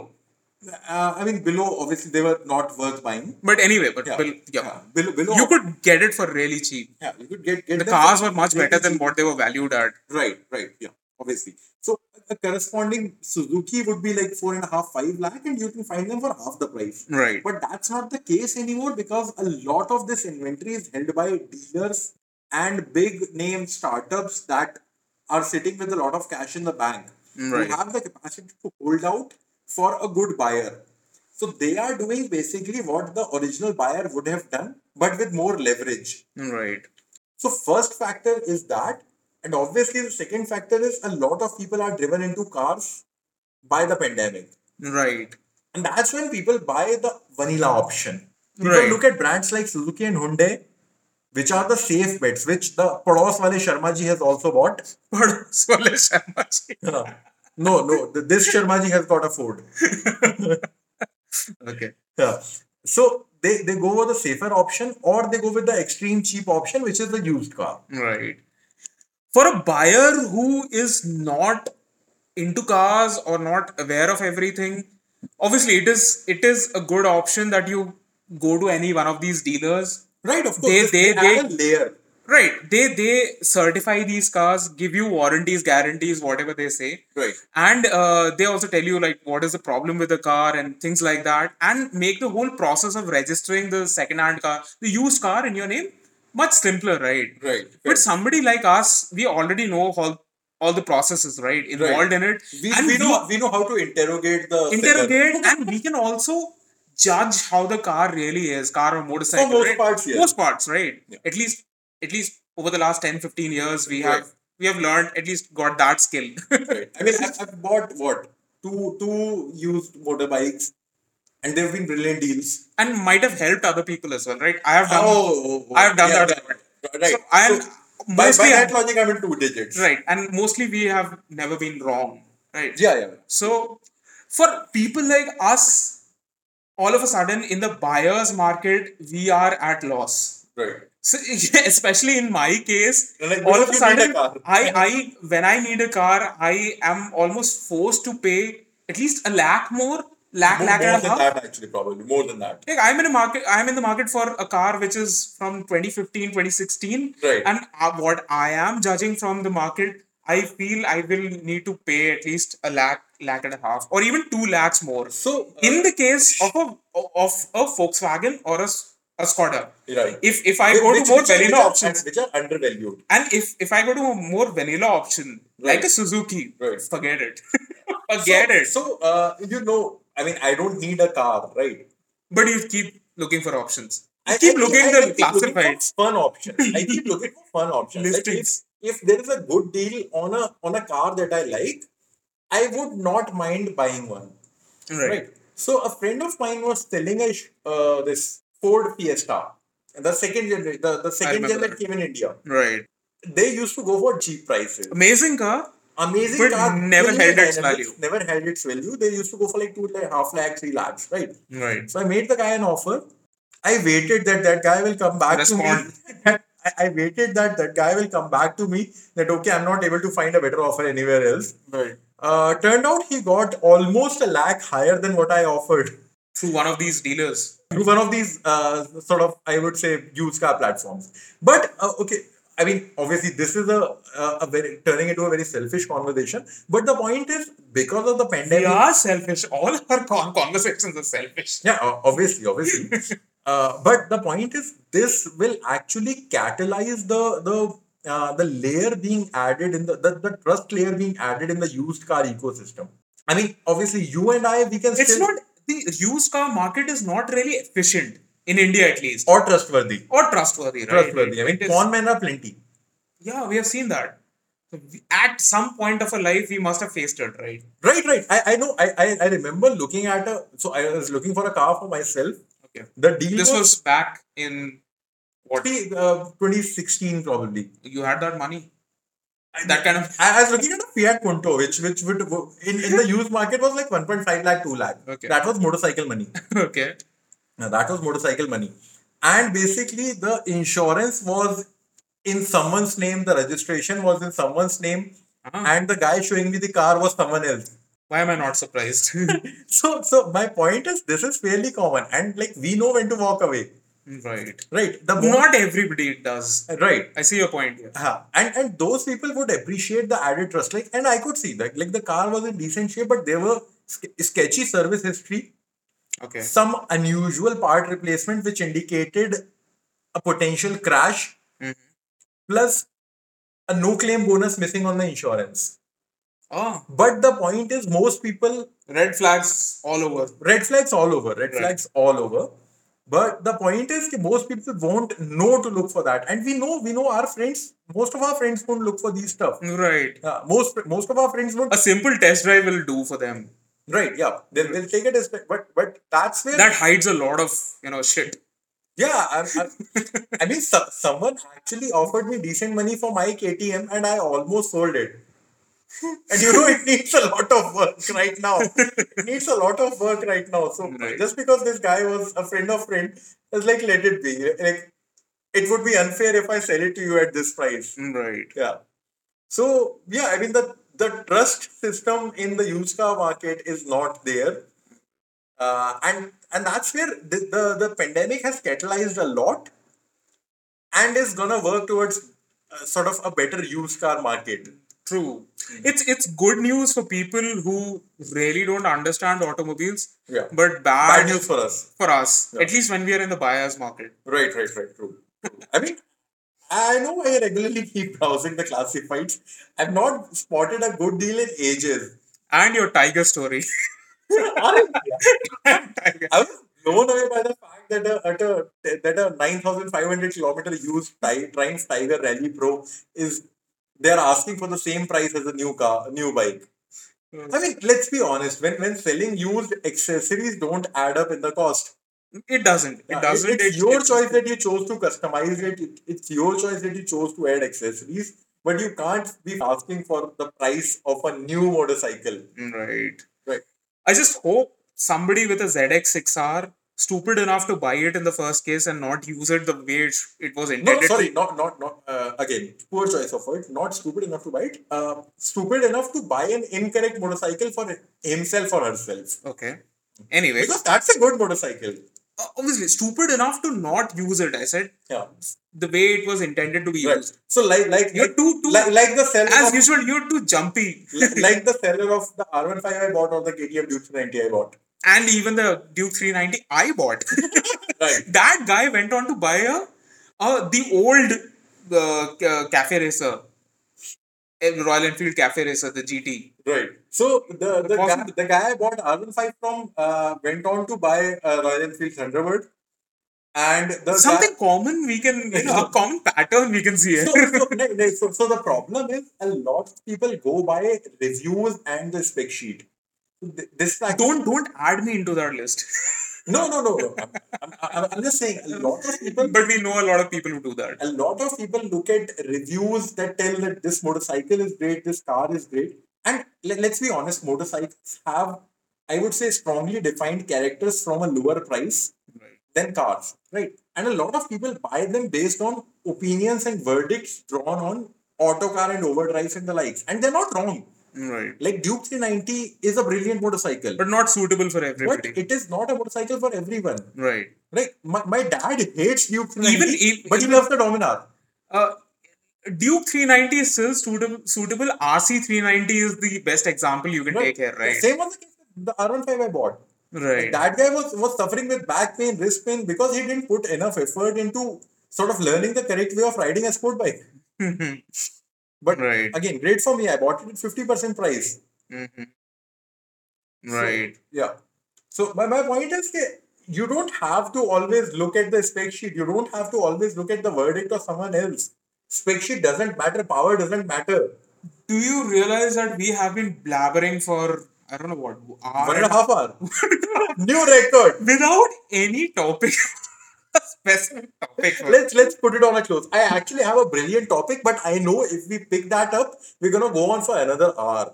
Uh, I mean, below obviously they were not worth buying.
But anyway, but
Yeah,
bel- yeah.
Below, below
you could get it for really cheap.
yeah, you could get, get
The
them
cars
for
were much
really
better than
cheap.
what they were valued at.
Right, right, yeah, obviously. So a corresponding Suzuki would be like four and a half, five lakh, and you can find them for half the price.
Right.
But that's not the case anymore because a lot of this inventory is held by dealers and big name startups that are sitting with a lot of cash in the bank.
Right.
Who have the capacity to hold out for a good buyer. So they are doing basically what the original buyer would have done, but with more leverage.
Right.
So first factor is that, and obviously the second factor is a lot of people are driven into cars by the pandemic,
Right.
and that's when people buy the vanilla option. People
Right.
look at brands like Suzuki and Hyundai, which are the safe bets, which the Pados Wale Sharma ji has also bought.
But Swale Sharma ji.
no, no, th- this Sharma ji has got a Ford.
Okay.
Yeah. So they, they go with the safer option or they go with the extreme cheap option, which is the used car.
Right. For a buyer who is not into cars or not aware of everything, obviously it is it is a good option that you go to any one of these dealers.
Right, of course.
They- they-
add a layer.
Right. They they certify these cars, give you warranties, guarantees, whatever they say.
Right.
And uh, they also tell you like what is the problem with the car and things like that, and make the whole process of registering the second-hand car, the used car in your name, much simpler, right?
Right.
But somebody like us, we already know all, all the processes, right? Involved in it.
we,
and
we know we know how to interrogate the seller.
interrogate and we can also judge how the car really is, car or motorcycle.
For most
right?
parts, yes.
Most parts, right? At least at least over the last 10, 15 years, we have we have learned, at least got that skill.
I mean, I've, I've bought what two two used motorbikes, and they've been brilliant deals.
and might have helped other people as well, right? I have done
oh,
I have done
yeah,
that.
right, Right.
So I am
So, by, by
mostly
that logic, I'm in two digits.
right, and mostly we have never been wrong. Right.
Yeah, yeah.
So, for people like us, all of a sudden in the buyer's market, we are at loss.
Right.
So, especially in my case,
Like, because
all of
you
a
need a
sudden,
car.
I, I, when I need a car, I am almost forced to pay at least a lakh more, lakh,
More,
lakh
more
and a
than
half.
that, actually, probably more than that.
Like I'm in a market. I'm in the market for a car which is from 2015, 2016.
Right.
And uh, what I am judging from the market, I feel I will need to pay at least a lakh, lakh and a half, or even two lakhs more.
So, uh,
in the case of a of a Volkswagen or a, S- a Skoda,
Right.
if if I
Which-
go
which-
to more
which are-
vanilla
which are-
options,
which are undervalued.
and if if I go to a more vanilla option like a Suzuki,
Right.
forget it, forget
so,
it.
So, uh, you know, I mean, I don't need a car, right?
but you keep looking for options. You
I
keep
I-
looking
I-
at
I
the
keep looking for
classifieds.
Fun options. I keep looking for fun options. Like, if,
Listings.
if there is a good deal on a on a car that I like, I would not mind buying one.
right.
So a friend of mine was selling a sh- uh, this Ford Fiesta, the second generation, the, the second gen
remember
that
that.
came in India.
Right.
They used to go for cheap prices.
Amazing car.
Amazing
But
car.
never
brilliant
held its
dynamics,
value.
Never held its value. They used to go for like two and a half lakh, three lakhs, right?
Right.
So I made the guy an offer. I waited that that guy will come back
Respond.
to me. I, I waited that that guy will come back to me that okay, I'm not able to find a better offer anywhere else.
Right.
Uh, turned out he got almost a lakh higher than what I offered
Through one of these dealers.
through one of these uh, sort of I would say used car platforms. But uh, okay, I mean obviously this is a, a, a very turning into a very selfish conversation. But the point is because of the
They
pandemic,
are selfish. All our con- conversations are selfish.
Yeah, o- obviously, obviously. uh, but the point is, this will actually catalyze the the uh, the layer being added in the, the the trust layer being added in the used car ecosystem. I mean, obviously, you and I we can
It's
still
not the used car market is not really efficient in India at least
or trustworthy.
or trustworthy. Right.
Trustworthy. I
It
mean,
is-
con men are plenty.
yeah, we have seen that. So we- At some point of our life, we must have faced it. Right.
Right, right. I, I know. I, I I remember looking at a. So I was looking for a car for myself.
Okay.
The deal
This
was,
was back in what
uh, 2016 probably.
you had that money. That kind of
I I was looking at a Fiat Punto, which which would in, in the used market was like 1.5 lakh, 2 lakh.
Okay.
That was motorcycle money.
okay.
Now, that was motorcycle money. And basically, the insurance was in someone's name, the registration was in someone's name,
Ah,
and the guy showing me the car was someone else.
why am I not surprised?
So, so my point is, this is fairly common, and like we know when to walk away,
right.
right? The moment,
Not everybody does.
right.
I see your point here.
Huh. And and those people would appreciate the added trust. Like, and I could see that. Like, the car was in decent shape, but there were ske- sketchy service history,
Okay.
some unusual part replacement, which indicated a potential crash,
Mhm.
plus a no claim bonus missing on the insurance.
Oh,
But the point is, most people
red flags all over.
red flags all over red
Right.
flags all over but the point is that most people won't know to look for that and we know we know our friends most of our friends won't look for these stuff
Right.
Yeah, most most of our friends won't
A simple test drive will do for them.
right yeah they'll, they'll take it as but but that's where
That hides a lot of you know shit.
yeah i, I, I mean so, someone actually offered me decent money for my ktm and i almost sold it and you know it needs a lot of work right now it needs a lot of work right now so
Right.
just because this guy was a friend of friend it's like let it be like it would be unfair if i sell it to you at this price
Right.
yeah so yeah i mean the the trust system in the used car market is not there uh, and and that's where the, the the pandemic has catalyzed a lot and is gonna work towards uh, sort of a better used car market
True. It's it's good news for people who really don't understand automobiles.
Yeah.
But bad,
bad news for us
for us.
Yeah.
At least when we are in the buyer's market.
Right, right, right. True. True. I mean, I know I regularly keep browsing the classifieds. I've not spotted a good deal in ages.
And your tiger story.
Honestly,
Tiger.
I was blown away by the fact that a, at a that a nine thousand five hundred kilometer used Ti- Triumph Tiger Rally Pro is they're asking for the same price as a new car, new bike.
Hmm.
I mean, let's be honest. When when selling used accessories don't add up in the cost.
It doesn't. It
Yeah,
doesn't.
It's
It-
your
it-
choice that you chose to customize it. It- It's your choice that you chose to add accessories, but you can't be asking for the price of a new motorcycle.
Right.
Right.
I just hope somebody with a ZX6R stupid enough to buy it in the first case and not use it the way it, sh- it was
No,
intended. to-
sorry, not not not uh, again. Poor choice of word. Not stupid enough to buy it. Uh, stupid enough to buy an incorrect motorcycle for himself or herself.
Okay. Anyway,
Because that's a good motorcycle.
uh, obviously stupid enough to not use it. I said
Yeah.
the way it was intended to be
Right.
used.
So like like
You're too too
like, like the seller
as
of,
usual. You're too jumpy,
like the seller of the R15 I bought or the KTM Duke 90 I bought.
and even the Duke 390 I bought.
Right.
that guy went on to buy a uh, the old uh, ca- cafe racer, Eh, Royal Enfield cafe racer, the GT.
Right. So the the, guy,
Wasn't-
the guy I bought R15 from uh, went on to buy uh, Royal Enfield Thunderbird, and the
Something
Guy,
common we can you know, a common pattern we can see. here.
so, so, no, no, so, so the problem is a lot of people go by reviews and the spec sheet. Th- This is actually-
don't don't add me into that list.
no no no no. I'm, I'm, I'm, I'm just saying a lot of people
but we know a lot of people who do that.
a lot of people look at reviews that tell that this motorcycle is great, this car is great. And let, let's be honest, motorcycles have, I would say, strongly defined characters from a lower price
Right.
than cars, right? And a lot of people buy them based on opinions and verdicts drawn on autocar and overdrives and the likes. And they're not wrong.
Right.
Like Duke 390 is a brilliant motorcycle,
But not suitable for
but
everybody.
it is not a motorcycle for everyone.
right.
Right? My, my dad hates Duke 390,
Even if-
but he loves the Dominar.
Uh, Duke 390 is still suitable. Suitable RC 390 is the best example you can take here, right?
Same was the case with the R15 I bought.
Right.
That guy was, was suffering with back pain, wrist pain because he didn't put enough effort into sort of learning the correct way of riding a sport bike. But
Right.
again, great for me. I bought it at 50% price.
Mhm. Right.
Yeah. So my, my point is that you don't have to always look at the spec sheet. You don't have to always look at the verdict of someone else. Spec sheet doesn't matter. Power doesn't matter.
Do you realize that we have been blabbering for I don't know what hour
One and a half hour. New record.
without any topic, a specific topic? for-
let's let's put it on a close. I actually have a brilliant topic, but I know if we pick that up, we're gonna go on for another hour.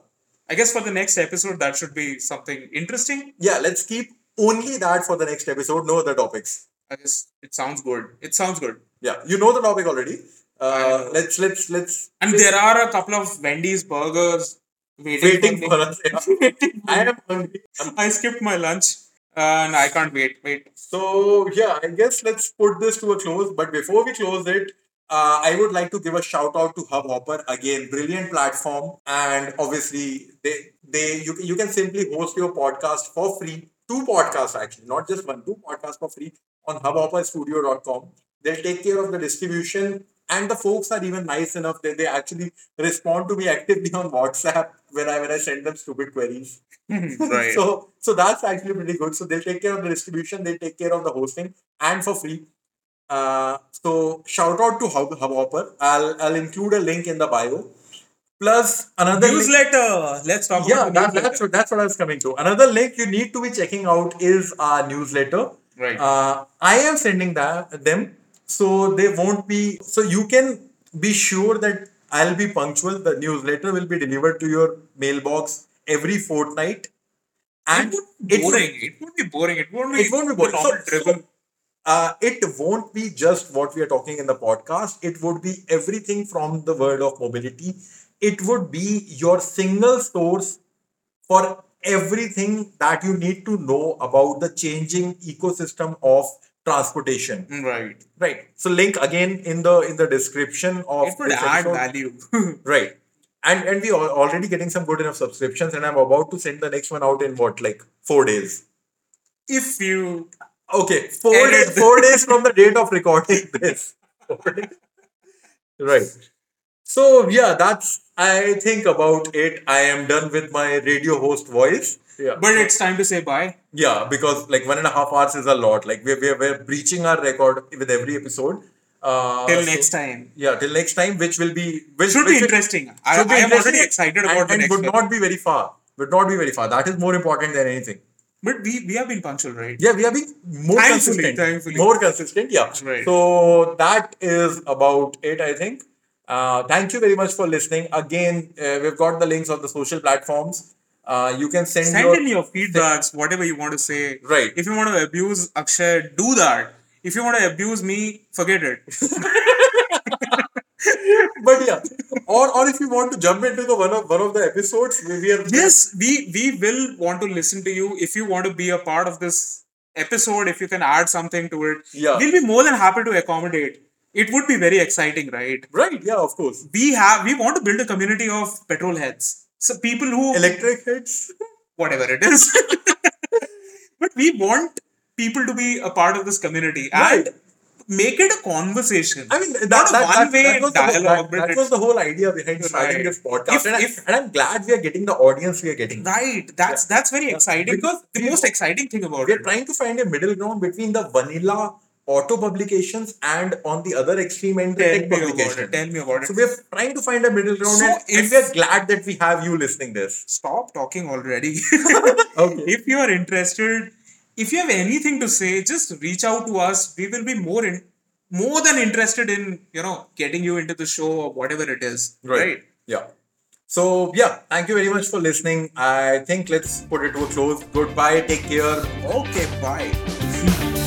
I guess for the next episode, that should be something interesting.
Yeah, let's keep only that for the next episode. No other topics.
I guess it sounds good. It sounds good.
Yeah, you know the topic already. Uh, let's let's let's
And there are a couple of Wendy's burgers waiting,
waiting
me.
for us.
Waiting for
I
me.
am hungry.
I skipped my lunch and I can't wait. Wait.
So yeah, I guess let's put this to a close. But before we close it, uh, I would like to give a shout out to Hubhopper again. Brilliant platform, and obviously they they you you can simply host your podcast for free. Two podcasts actually, not just one. Two podcasts for free on hubhopperstudio.com. They'll take care of the distribution, and the folks are even nice enough that they actually respond to me actively on WhatsApp when I when I send them stupid queries.
right.
So so that's actually pretty good. So they take care of the distribution, they take care of the hosting, and for free. Uh, so shout out to Hub Hubhopper. I'll I'll include a link in the bio. Plus another link-
newsletter. Let's talk
yeah,
about the
that,
newsletter.
that's what that's what I was coming to. Another link you need to be checking out is our newsletter.
Right.
Uh, I am sending that them, so they won't be. So you can be sure that I'll be punctual. The newsletter will be delivered to your mailbox every fortnight, and
it would be
it
boring. It won't be boring. It won't be.
it won't be boring.
the
So,
normal
so,
drivel.
uh, it won't be just what we are talking in the podcast. It would be everything from the world of mobility. It would be your single source for everything that you need to know about the changing ecosystem of transportation.
Right.
Right. So link again in the in the description of
It would
this
add
episode.
value.
Right. And and we are already getting some good enough subscriptions, and I'm about to send the next one out in what like four days.
if you
Okay, four
Edit
days, four days from the date of recording this. Four days. right. So yeah, that's I think about it. I am done with my radio host voice. Yeah.
but it's time to say bye
yeah, because like one and a half hours is a lot. Like we're we're, we're breaching our record with every episode. Uh,
till
so-
next time
Yeah, till next time, which will be which
should
which
be
will-
interesting i,
should be
I am already
interesting
excited
and-
about the
and
next
would
one
not be very far. Would not be very far. That is more important than anything.
but we we have been punctual right
Yeah, we are being more
Thankfully,
consistent.
thankfully.
More consistent, yeah.
Right.
So that is about it, I think. Uh, thank you very much for listening. Again, uh, we've got the links on the social platforms. Uh, you can send,
send
your,
in your feedbacks whatever you want to say
Right.
if you want to abuse akshay do that if you want to abuse me forget it
but yeah, or or if you want to jump into the one of one of the episodes, we we are
yes we we will want to listen to you if you want to be a part of this episode if you can add something to it
Yeah.
we'll be more than happy to accommodate it would be very exciting right
right. Yeah, of course.
we have we want to build a community of petrol heads so people who
Electric heads.
whatever it is but we want people to be a part of this community and
Right.
make it a conversation
I mean, that,
not a
that, that,
one-way
that was the whole-
dialogue
that,
but
that was
it's
the whole idea behind starting
Right.
this podcast,
If-
and, I,
if-
and I'm glad we are getting the audience we are getting.
right that's that's very exciting
Because
the
we-
most exciting thing about
we're
it
trying to find a middle ground between the vanilla auto publications and on the other extreme end the
tell
tech
me about it
publication.
tell me about it
So we're trying to find a middle ground,
So
and, and
if-
we're glad that we have you listening this.
stop talking already
Okay.
if you are interested if you have anything to say just reach out to us we will be more in more than interested in you know getting you into the show or whatever it is right,
Yeah. So yeah, thank you very much for listening. I think let's put it to a close. Goodbye. Take care.
okay bye